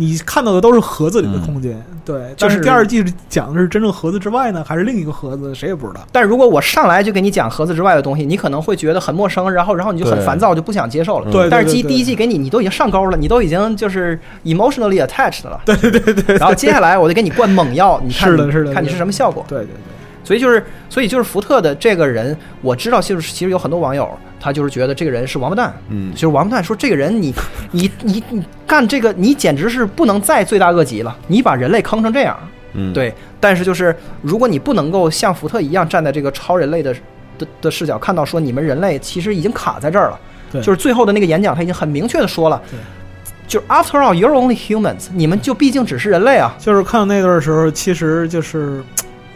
J: 你看到的都是盒子里的空间。对，
K: 嗯
J: 但
K: 就是
J: 第二季讲的是真正盒子之外呢，还是另一个盒子，谁也不知道。
K: 但如果我上来就给你讲盒子之外的东西，你可能会觉得很陌生，然后然后你就很
I: 对
K: 烦躁，就不想接受了。
J: 对对
K: 但是第
J: 对对
K: 第一季给你，你都已经上钩了，你都已经就是 emotionally attached 了。对对对对。然后接下来我就给你灌猛药，你看
J: 是的
K: 你
J: 是的
K: 看你
J: 是
K: 是
J: 的
K: 什么效果。
J: 对对对，
K: 所以就是，所以就是福特的这个人，我知道，就是其实有很多网友，他就是觉得这个人是王八蛋，
I: 嗯
K: 就是王八蛋，说这个人你 你你你干这个，你简直是不能再罪大恶极了，你把人类坑成这样，
I: 嗯，，
K: 对。但是就是，如果你不能够像福特一样站在这个超人类的的的视角，看到说你们人类其实已经卡在这儿了，
J: 对
K: 就是最后的那个演讲，他已经很明确的说了
J: 对，
K: 就是 after all you're only humans，你们就毕竟只是人类啊，
J: 就是看到那段时候，其实就是嘖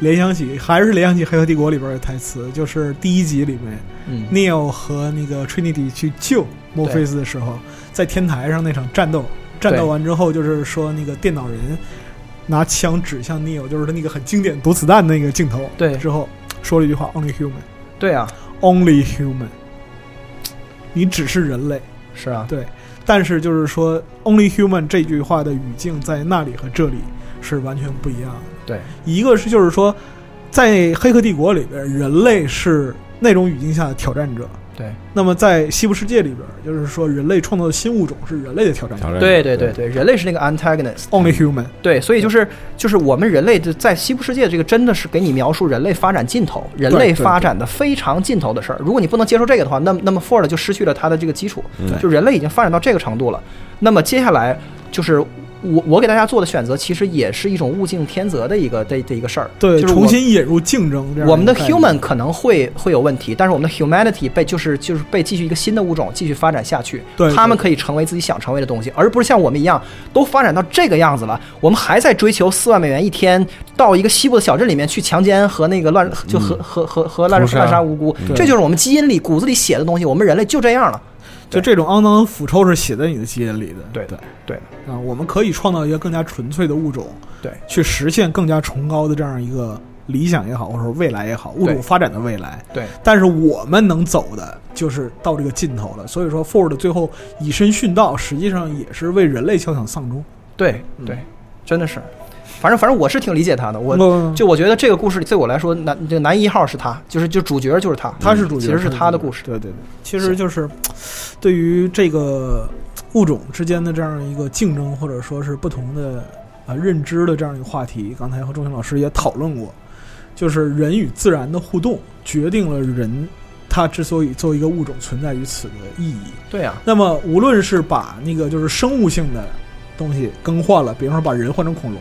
J: 联想起还是联想起《黑客帝国》里边的台词，就是第一集里面
K: 嗯
J: Neo 和那个 Trinity 去救墨菲斯的时候，在天台上那场战斗，战斗完之后就是说那个电脑人拿枪指向 Neo，就是他那个很经典躲子弹那个镜头。
K: 对
J: 之后说了一句话：“Only human,
K: 对啊，
J: only human。”你只是人类，
K: 是啊，
J: 对。但是就是说，“only human” 这句话的语境在那里和这里是完全不一样的。
K: 对。
J: 一个是就是说，在《黑客帝国》里边，人类是那种语境下的挑战者。
K: 对。
J: 那么在西部世界里边，就是说人类创造的新物种是人类的挑战者
I: 挑战
K: 对对对对，人类是那个 antagonist。
J: ，only human。
K: 对，所以就是就是我们人类的在西部世界这个真的是给你描述人类发展尽头，人类发展的非常尽头的事儿。如果你不能接受这个的话，那么那么 Ford 就失去了它的这个基础，
J: 嗯
K: 就人类已经发展到这个程度了。那么接下来就是我我给大家做的选择，其实也是一种物竞天择的一个的的一个事儿，
J: 对，
K: 就是
J: 重
K: 我
J: 新引入竞争这样一个概念。
K: 我们的 human 可能会会有问题，但是我们的 humanity 被就是就是被继续一个新的物种继续发展下去，
J: 对对
K: 他们可以成为自己想成为的东西，而不是像我们一样都发展到这个样子了，我们还在追求四万美元一天，到一个西部的小镇里面去强奸和那个乱就和、和和和滥
I: 屠杀
K: 滥杀无辜，这就是我们基因里骨子里写的东西，我们人类就这样了。
J: 就这种肮脏的腐臭是写在你的基因里的。
K: 对对对
J: 啊，我们可以创造一个更加纯粹的物种，
K: 对，
J: 去实现更加崇高的这样一个理想也好，或者说未来也好，物
K: 对
J: 种发展的未来。
K: 对
J: 但是我们能走的就是到这个尽头了。所以说，Ford 最后以身殉道，实际上也是为人类敲响丧钟。
K: 对对，真的是，反正反正我是挺理解他的，我
J: 嗯
K: 就我觉得这个故事里对我来说男这个男一号是他，就是就主角就是他，
J: 他是主
K: 嗯
J: 角，
K: 其实是他的故事。
J: 对对对，其实就是对于这个物种之间的这样一个竞争，或者说是不同的啊认知的这样一个话题，刚才和钟情老师也讨论过，就是人与自然的互动决定了人他之所以作为一个物种存在于此的意义。
K: 对啊，
J: 那么无论是把那个就是生物性的东西更换了，比如说把人换成恐龙，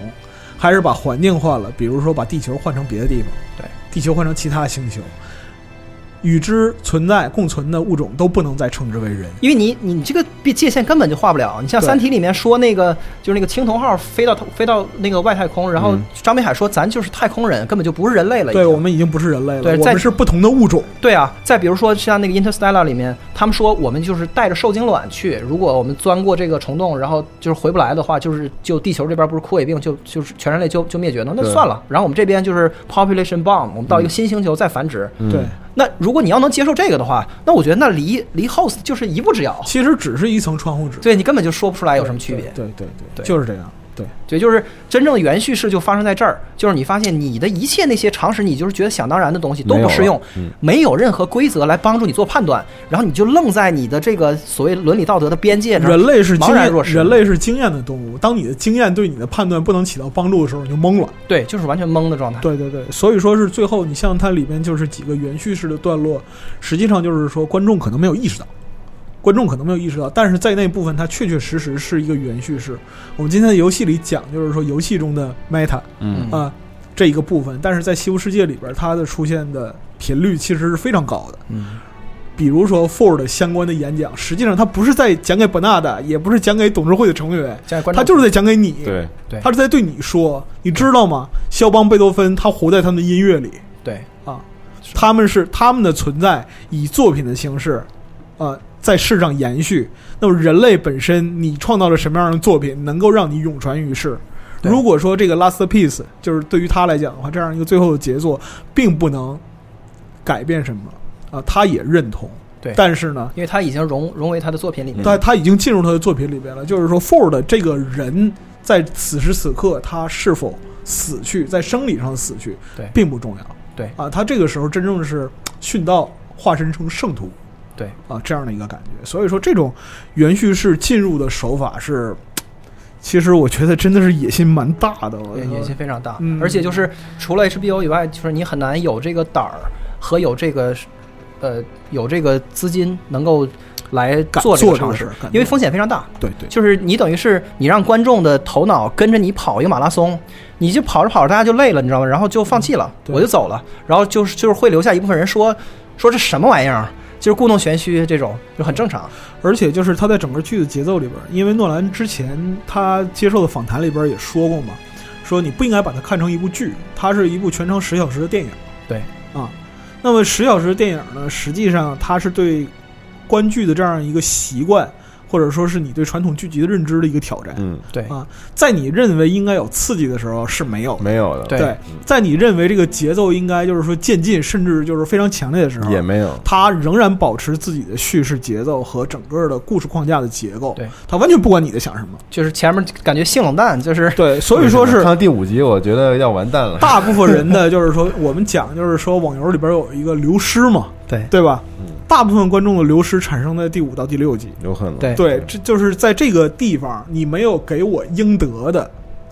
J: 还是把环境换了，比如说把地球换成别的地方，
K: 对，
J: 地球换成其他星球，与之存在共存的物种都不能再称之为人。
K: 因为你你这个界界限根本就画不了。你像《
J: 对
K: 三体》里面说那个，就是那个青铜号飞到飞到那个外太空，然后张北海说咱就是太空人，根本就不是人类了。已
J: 对
K: 经
J: 我们已经不是人类了，
K: 对
J: 我
K: 在
J: 们是不同的物种。
K: 对啊。再比如说像那个《Interstellar》里面，他们说我们就是带着受精卵去，如果我们钻过这个虫洞，然后就是回不来的话，就是就地球这边不是枯萎病，就就是全人类就就灭绝了，那
I: 对
K: 算了。然后我们这边就是 population bomb，我们到一个新星球再繁殖。
J: 对，
K: 那如果你要能接受这个的话，那我觉得那离离 host 就是一步之遥。
J: 其实只是一层窗户纸，
K: 对你根本就说不出来有什么区别。
J: 对对对
K: 对
J: 就是这样。对
K: 对，就是真正的元叙事就发生在这儿，就是你发现你的一切那些常识，你就是觉得想当然的东西都不适
I: 没
K: 用
I: 有了嗯，
K: 没有任何规则来帮助你做判断，然后你就愣在你的这个所谓伦理道德的边界上，
J: 人类是
K: 茫
J: 经
K: 然
J: 验
K: 若，失。
J: 人类是经验的动物。当你的经验对你的判断不能起到帮助的时候，你就懵了。
K: 对，就是完全懵的状态。
J: 对对对，所以说是最后，你像它里边就是几个延续式的段落，实际上就是说观众可能没有意识到，观众可能没有意识到，但是在那部分它确确实实是一个延续式。我们今天的游戏里讲，就是说游戏中的 meta 啊、
I: 嗯
J: 这一个部分，但是在西部世界里边，它的出现的频率其实是非常高的。
K: 嗯，
J: 比如说 Ford 相关的演讲，实际上他不是在讲给 b e r n a d 也不是讲给董事会的成员，
K: 讲给观众
J: 他就是在讲给你，
I: 对
K: 对
J: 他是在对你说，你知道吗？肖邦、贝多芬，他活在他们的音乐里
K: 对
J: 啊，他们是他们的存在以作品的形式，呃，在世上延续。那么人类本身，你创造了什么样的作品，能够让你永传于世？
K: 对
J: 如果说这个 last piece 就是对于他来讲的话，这样一个最后的杰作，并不能改变什么啊，他也认同。
K: 对
J: 但是呢，
K: 因为他已经融融为他的作品里面。
J: 但他已经进入他的作品里边了。就是说，Ford 这个人在此时此刻他是否死去，在生理上死去，
K: 对
J: 并不重要。
K: 对
J: 啊，他这个时候真正是殉道，化身成圣徒
K: 对
J: 啊，这样的一个感觉。所以说，这种元叙事进入的手法是，其实我觉得真的是野心蛮大的。我
K: 野野心非常大，
J: 嗯
K: 而且就是除了 HBO 以外，就是你很难有这个胆儿和有这个，呃，有这个资金能够来
J: 敢
K: 做这
J: 做
K: 个
J: 这
K: 尝
J: 个
K: 试
J: 事儿，敢
K: 因为
J: 做
K: 风险非常大。
J: 对对，
K: 就是你等于是你让观众的头脑跟着你跑一个马拉松，你就跑着跑着大家就累了，你知道吗？然后就放弃了，
J: 对
K: 我就走了。然后就是就是会留下一部分人说说这什么玩意儿，就是故弄玄虚这种，就很正常。
J: 而且就是他在整个剧的节奏里边，因为诺兰之前他接受的访谈里边也说过嘛，说你不应该把它看成一部剧，它是一部全程十小时的电影。
K: 对
J: 啊，那么十小时的电影呢，实际上它是对观剧的这样一个习惯，或者说是你对传统剧集的认知的一个挑战。
I: 嗯，
K: 对
J: 啊，在你认为应该有刺激的时候是没有的。
I: 没有的，
K: 对
J: 在你认为这个节奏应该就是说渐进，甚至就是非常强烈的时候，
I: 也没有，
J: 他仍然保持自己的叙事节奏和整个的故事框架的结构，
K: 对
J: 他完全不管你在想什么。
K: 就是前面感觉性冷淡，就是
J: 对，所以说是
I: 看到第五集，我觉得要完蛋了。
J: 大部分人的 就是说，我们讲就是说网游里边有一个流失嘛，
K: 对
J: 对吧？大部分观众的流失产生在第五到第六集。
I: 有可能，
K: 对
J: 对，这就是在这个地方你没有给我应得的，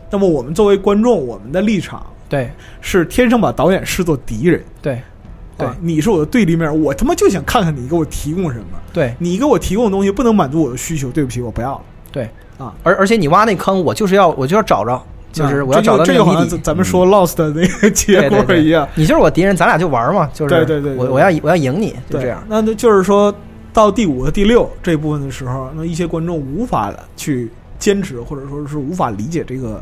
J: 那么我们作为观众，我们的立场
K: 对
J: 是天生把导演视作敌人。
K: 对对
J: 啊，你是我的对立面，我他妈就想看看你给我提供什么。
K: 对
J: 你给我提供的东西不能满足我的需求，对不起，我不要了。
K: 对
J: 啊，
K: 而而且你挖那坑，我就是要我就要找着，就是
J: 啊
K: 我要找到
J: 这
K: 那
J: 就
K: 个
J: 好
K: 谜
J: 像
K: 底嗯
J: 咱。咱们说 Lost 的那个结
K: 对对
J: 果
K: 对
J: 一样，
K: 你就是我敌人，咱俩就玩嘛，就是
J: 对对对对
K: 我我要我要赢你，就
J: 对
K: 这样。
J: 那那就是说到第五和第六这部分的时候，那一些观众无法去坚持，或者说是无法理解这个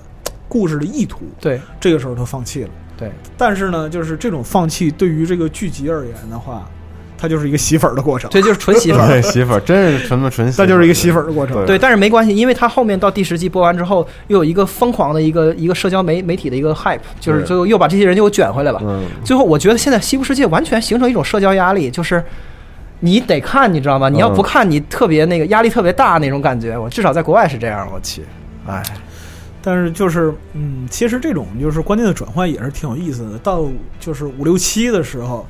J: 故事的意图，
K: 对
J: 这个时候他放弃了。
K: 对
J: 但是呢，就是这种放弃对于这个剧集而言的话，它就是一个洗粉儿的过程，
K: 这就是纯媳妇儿。
I: 对，媳妇儿真是什么纯媳妇
J: 那
I: 儿，
J: 就是一个洗粉儿的过程。
K: 对，但是没关系，因为他后面到第十季播完之后，又有一个疯狂的一个一个社交媒媒体的一个 hype，就是
I: 对
K: 最后又把这些人又卷回来了。
I: 嗯，
K: 最后我觉得现在西部世界完全形成一种社交压力，就是你得看，你知道吗？
I: 嗯
K: 你要不看，你特别那个压力特别大那种感觉。我至少在国外是这样，我去，哎，
J: 但是就是，嗯，其实这种就是观念的转换也是挺有意思的。到就是五六七的时候，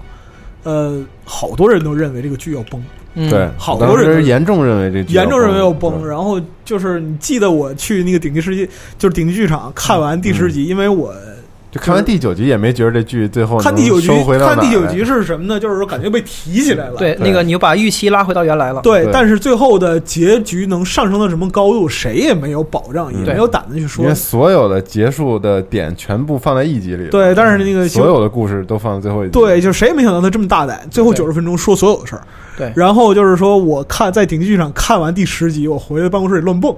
J: 呃，好多人都认为这个剧要崩，
K: 嗯，
I: 对，
J: 好
I: 当
J: 多人
I: 时
J: 都
I: 严重认为这剧
J: 严重认为要
I: 对
J: 崩。然后就是你记得我去那个顶级世界，就是顶级剧场看完第十集，
I: 嗯
J: 因为我
I: 就看完第九集也没觉得这剧最后
J: 看第九集
I: 能收回，到
J: 看第九
I: 哪儿
J: 集是什么呢？就是说感觉被提起来了。
K: 对，那个你就把预期拉回到原来了。
J: 对
I: 对
J: 但是最后的结局能上升到什么高度，谁也没有保障，也
I: 嗯
J: 没有胆子去说
I: 因为。所有的结束的点全部放在一集里了，
J: 对，但是那个
I: 所有的故事都放在最后一集，
J: 对，就谁也没想到他这么大胆，最后九十分钟说所有的事儿。
K: 对
J: 然后就是说我看在顶级剧场看完第十集，我回到办公室里 乱蹦，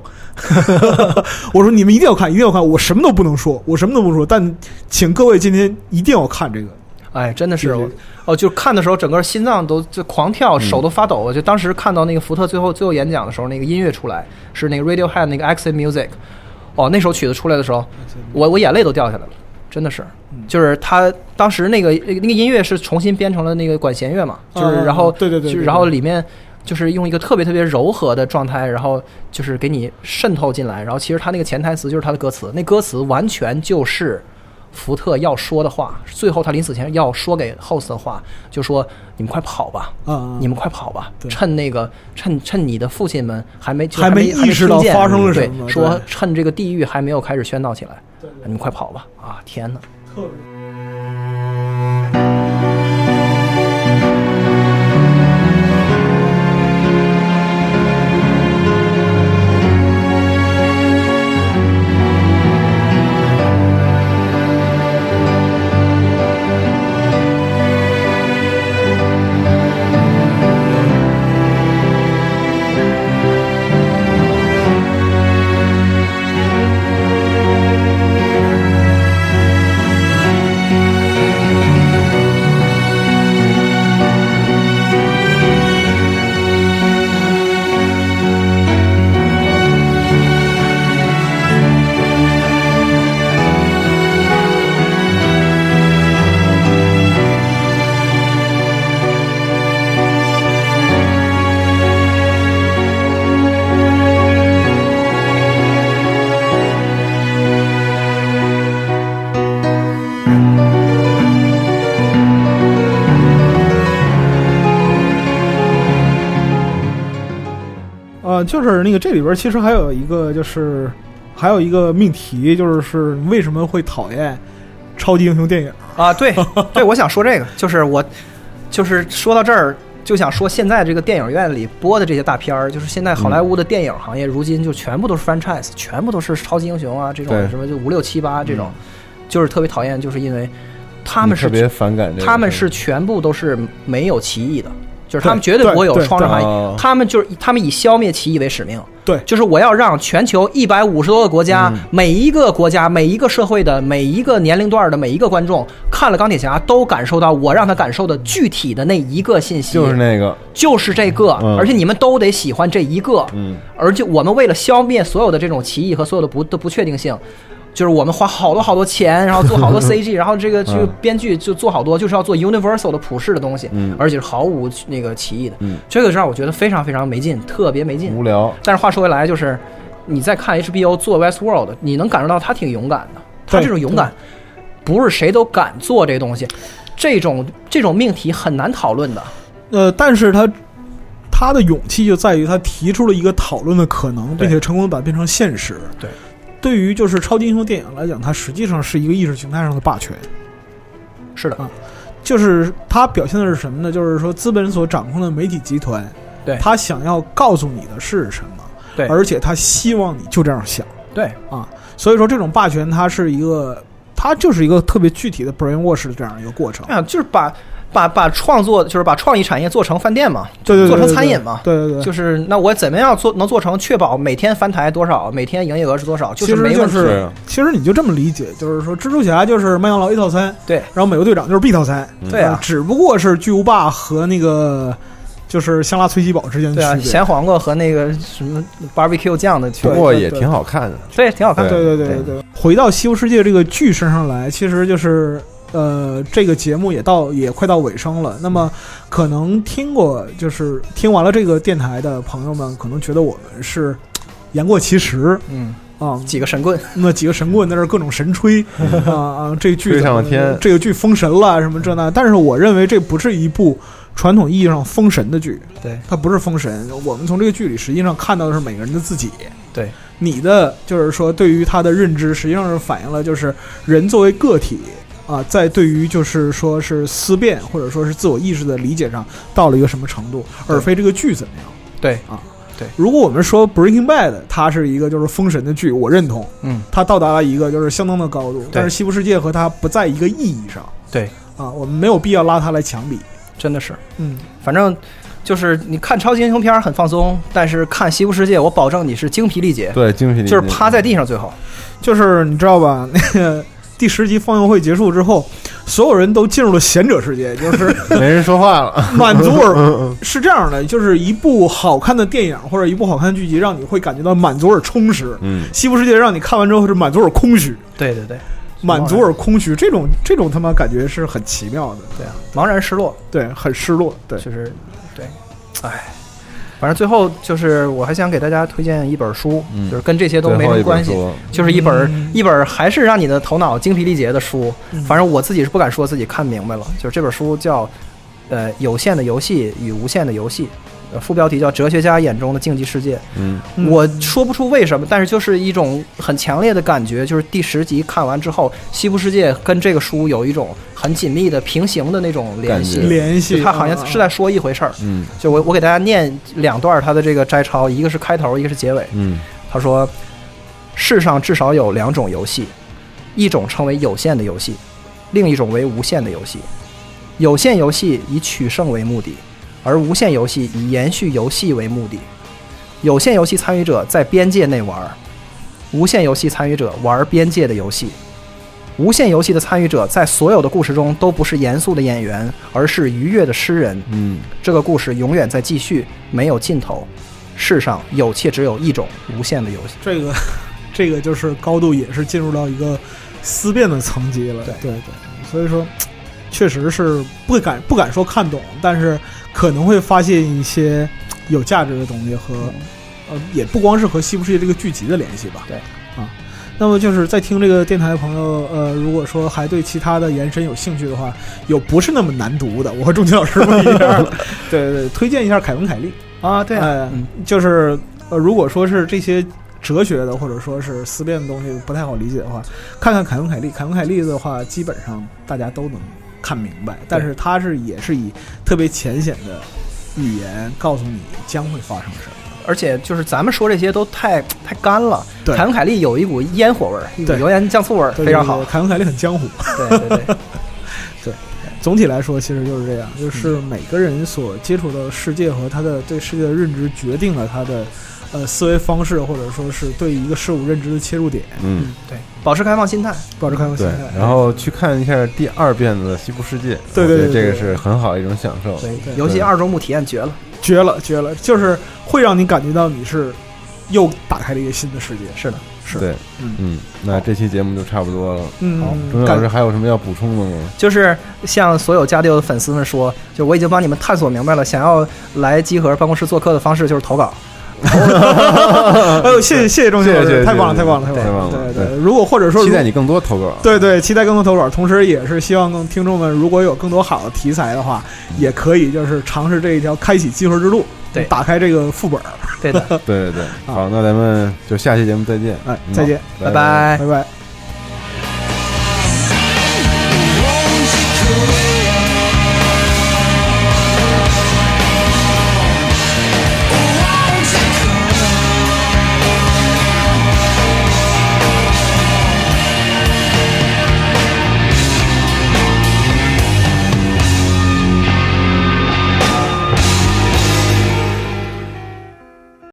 J: 我说你们一定要看，一定要看，我什么都不能说，我什么都不说，但请各位今天一定要看这个。
K: 哎，真的是
J: 对对嗯
K: 我哦，就看的时候整个心脏都就狂跳，手都发抖。我就当时看到那个福特最后最后演讲的时候，那个音乐出来是那个 Radiohead 那个 Exit Music，哦，那首曲子出来的时候，我我眼泪都掉下来了。真的是，
J: 嗯
K: 就是他当时那个那个音乐是重新编成了那个管弦乐嘛，就是
J: 啊
K: 然后
J: 对对对
K: 就
J: 对
K: 然后里面就是用一个特别特别柔和的状态，然后就是给你渗透进来，然后其实他那个潜台词就是他的歌词，那歌词完全就是福特要说的话，最后他临死前要说给 Host 的话，就说你们快跑吧，
J: 啊，
K: 你们快跑吧！趁那个趁趁你的父亲们还没就
J: 还没
K: 没
J: 意识到
K: 听见
J: 发生了
K: 对
J: 什么
K: 说
J: 对
K: 趁这个地狱还没有开始喧闹起来，你们快跑吧！啊，天哪！
J: 呃，就是那个这里边其实还有一个就是还有一个命题，就是是为什么会讨厌超级英雄电影？
K: 啊，对对，我想说这个，就是我就是说到这儿，就想说现在这个电影院里播的这些大片儿，就是现在好莱坞的电影行业如今就全部都是 franchise，全部都是超级英雄啊这
I: 对嗯
K: 种什么就五六七八这种，就是特别讨厌，就是因为他们
I: 你
K: 是
I: 特别反感这个
K: 他们是全部都是没有歧义的，就是他们绝
I: 对
K: 不会有
I: 对
K: 创伤
I: 对
K: 含
I: 哦
K: 义，他们就是他们以消灭歧义为使命。
J: 对，
K: 就是我要让全球一百五十多个国家、
I: 嗯
K: 每一个国家、每一个社会的每一个年龄段的每一个观众看了钢铁侠，都感受到我让他感受的具体的那一个信息，
I: 就是那个，
K: 就是这个，
I: 嗯
K: 而且你们都得喜欢这一个，
I: 嗯，
K: 而且我们为了消灭所有的这种歧义和所有的不的不确定性，就是我们花好多好多钱，然后做好 多 CG，然后这个这个
I: 嗯
K: 编剧就做好多，就是要做 universal 的普世的东西，
I: 嗯
K: 而且是毫无那个歧义的，
I: 嗯
K: 这个让我觉得非常非常没劲，特别没劲，
I: 无聊。
K: 但是话说回来，就是你在看 HBO 做 Westworld，你能感受到他挺勇敢的，他
J: 对
K: 这种勇敢不是谁都敢做这东西，这种这种命题很难讨论的。
J: 呃，但是他他的勇气就在于他提出了一个讨论的可能，并且成功地把它变成现实。
K: 对，
J: 对于就是超级英雄电影来讲，它实际上是一个意识形态上的霸权。
K: 是的
J: 啊，就是它表现的是什么呢？就是说资本所掌控的媒体集团，
K: 对
J: 他想要告诉你的是什么，
K: 对
J: 而且他希望你就这样想。
K: 对
J: 啊，所以说这种霸权，它是一个，它就是一个特别具体的 brainwash 的这样一个过程。
K: 啊，就是把把把创作，就是把创意产业做成饭店嘛，
J: 对对对
K: 做成
J: 对
K: 餐
J: 对
K: 饮嘛，
J: 对对对
K: 就是那我怎么样做能做成确保每天翻台多少，每天营业额是多少，
J: 其
K: 是
J: 实
K: 没
J: 就
K: 问题。
J: 是，其实你就这么理解，就是说蜘蛛侠就是麦当劳一套餐，
K: 对，
J: 然后美国队长就是 B 套餐，
K: 对啊
J: 只不过是巨无霸和那个就是香辣脆鸡堡之间的
K: 对啊，
J: 区别。
K: 咸黄瓜和那个什么 barbecue 酱的区
I: 不
K: 别，
I: 过也挺好看的，
K: 对，挺好看的。
J: 对对对对对，回到《西游世界》这个剧身上来，其实就是呃，这个节目也到也快到尾声了。那么，可能听过就是听完了这个电台的朋友们，可能觉得我们是言过其实，
K: 嗯
J: 啊、
K: 几个神棍，
J: 那几个神棍在这儿各种神 吹啊啊，这剧
I: 吹上了
J: 怎么
I: 天
J: 这个剧封神了什么这那，但是我认为这不是一部传统意义上封神的剧，
K: 对
J: 它不是封神。我们从这个剧里实际上看到的是每个人的自己，
K: 对，
J: 你的就是说对于他的认知，实际上是反映了就是人作为个体啊，在对于就是说是思辨或者说是自我意识的理解上到了一个什么程度，而非这个剧怎么样。
K: 对
J: 啊，
K: 对
J: 如果我们说《Breaking Bad》它是一个就是封神的剧，我认同，
K: 嗯，
J: 它到达了一个就是相当的高度，但是《西部世界》和它不在一个意义上
K: 对，
J: 啊，我们没有必要拉它来强比。
K: 真的是，
J: 嗯，
K: 反正就是你看超级英雄片儿很放松，但是看《西部世界》，我保证你是精疲力竭，
I: 对，精疲力
K: 就是
I: 尽
K: 趴在地上最好。
J: 就是你知道吧？ 那个第十集放映会结束之后，所有人都进入了贤者世界，就是
I: 没人说话了，
J: 满足尔是这样的，就是一部好看的电影或者一部好看的剧集，让你会感觉到满足而充实。
I: 嗯
J: 西部世界让你看完之后是满足而空虚。
K: 对对对，
J: 满足而空虚，这种这种他妈感觉是很奇妙的，
K: 对啊，茫然失落，
J: 对，很失落，对，
K: 就是对，哎，反正最后就是我还想给大家推荐一本书，
I: 嗯
K: 就是跟这些都没什么关系
I: 最后一本书，
K: 就是一本、一本还是让你的头脑精疲力竭的书。反正我自己是不敢说自己看明白了，就是这本书叫呃《有限的游戏与无限的游戏》。呃副标题叫《哲学家眼中的竞技世界》，
I: 嗯
K: 我说不出为什么，但是就是一种很强烈的感觉，就是第十集看完之后，《西部世界》跟这个书有一种很紧密的平行的那种联系，
I: 感觉联
J: 系啊
K: 就它好像是在说一回事儿。
I: 嗯
K: 就我我给大家念两段他的这个摘抄，一个是开头，一个是结尾。
I: 嗯
K: 他说，世上至少有两种游戏，一种称为有限的游戏，另一种为无限的游戏。有限游戏以取胜为目的，而无限游戏以延续游戏为目的。有限游戏参与者在边界内玩儿，无限游戏参与者玩边界的游戏。无限游戏的参与者在所有的故事中都不是严肃的演员，而是愉悦的诗人。
I: 嗯，
K: 这个故事永远在继续，没有尽头。世上有且只有一种无限的游戏。
J: 这个 这个就是高度也是进入到一个思辨的层级了，对对所以说确实是不敢不敢说看懂，但是可能会发现一些有价值的东西和、呃也不光是和西部世界这个剧集的联系吧，
K: 对
J: 啊。那么就是在听这个电台的朋友，呃，如果说还对其他的延伸有兴趣的话，有不是那么难读的，我和钟奇老师不一样了。对对对，推荐一下凯文·凯利
K: 啊，对
J: 呃，就是呃，如果说是这些哲学的或者说是思辨的东西不太好理解的话，看看凯文·凯利。凯文·凯利的话，基本上大家都能看明白，但是他是也是以特别浅显的语言告诉你将会发生什么。
K: 而且就是咱们说这些都太太干了。
J: 对
K: 凯文凯利有一股烟火味儿，一股
J: 对
K: 油盐酱醋味儿，
J: 对
K: 非常好
J: 对对。凯文·凯利很江湖。
K: 对对对，
J: 对，总体来说其实就是这样，
K: 嗯
J: 就是每个人所接触到的世界和他的对世界的认知，决定了他的呃思维方式，或者说是对一个事物认知的切入点。
I: 嗯，
K: 对，保持开放心态，
J: 保持 开放心
I: 对
J: 态。，
I: 然后去看一下第二遍的《西部世界》，
J: 对
I: 我
J: 对
I: 觉得
J: 对
I: 这个
J: 对
I: 是很好的一种享受。
K: 对尤其二周目体验绝了。
J: 绝了，绝了，就是会让你感觉到你是又打开了一个新的世界。
K: 是的，
J: 是
I: 对，
J: 嗯
I: 嗯，那这期节目就差不多了。
J: 嗯
I: 好钟老师还有什么要补充的吗？
K: 就是向所有加六的粉丝们说，就我已经帮你们探索明白了，想要来集合办公室做客的方式就是投稿。
J: 哎呦，谢谢谢谢钟
I: 谢
J: 情
I: 谢
J: 老
I: 谢
J: 师，
I: 谢
J: 太棒了，
I: 谢
J: 太
I: 谢
J: 棒了，
I: 太棒
J: 棒
I: 了
J: 了。对
I: 对
J: 对，如果或者说
I: 期待
J: 如
I: 你更多投稿。
J: 对对，期待更多投稿，同时也是希望更听众们，如果有更多好的题材的话，
I: 嗯
J: 也可以就是尝试这一条开启集合之路，
K: 对
J: 打开这个副本儿。
K: 对的，
I: 嗯对对对，好，那咱们就下期节目再见。
J: 呃哎，再见，
I: 拜
K: 拜。
J: 拜拜。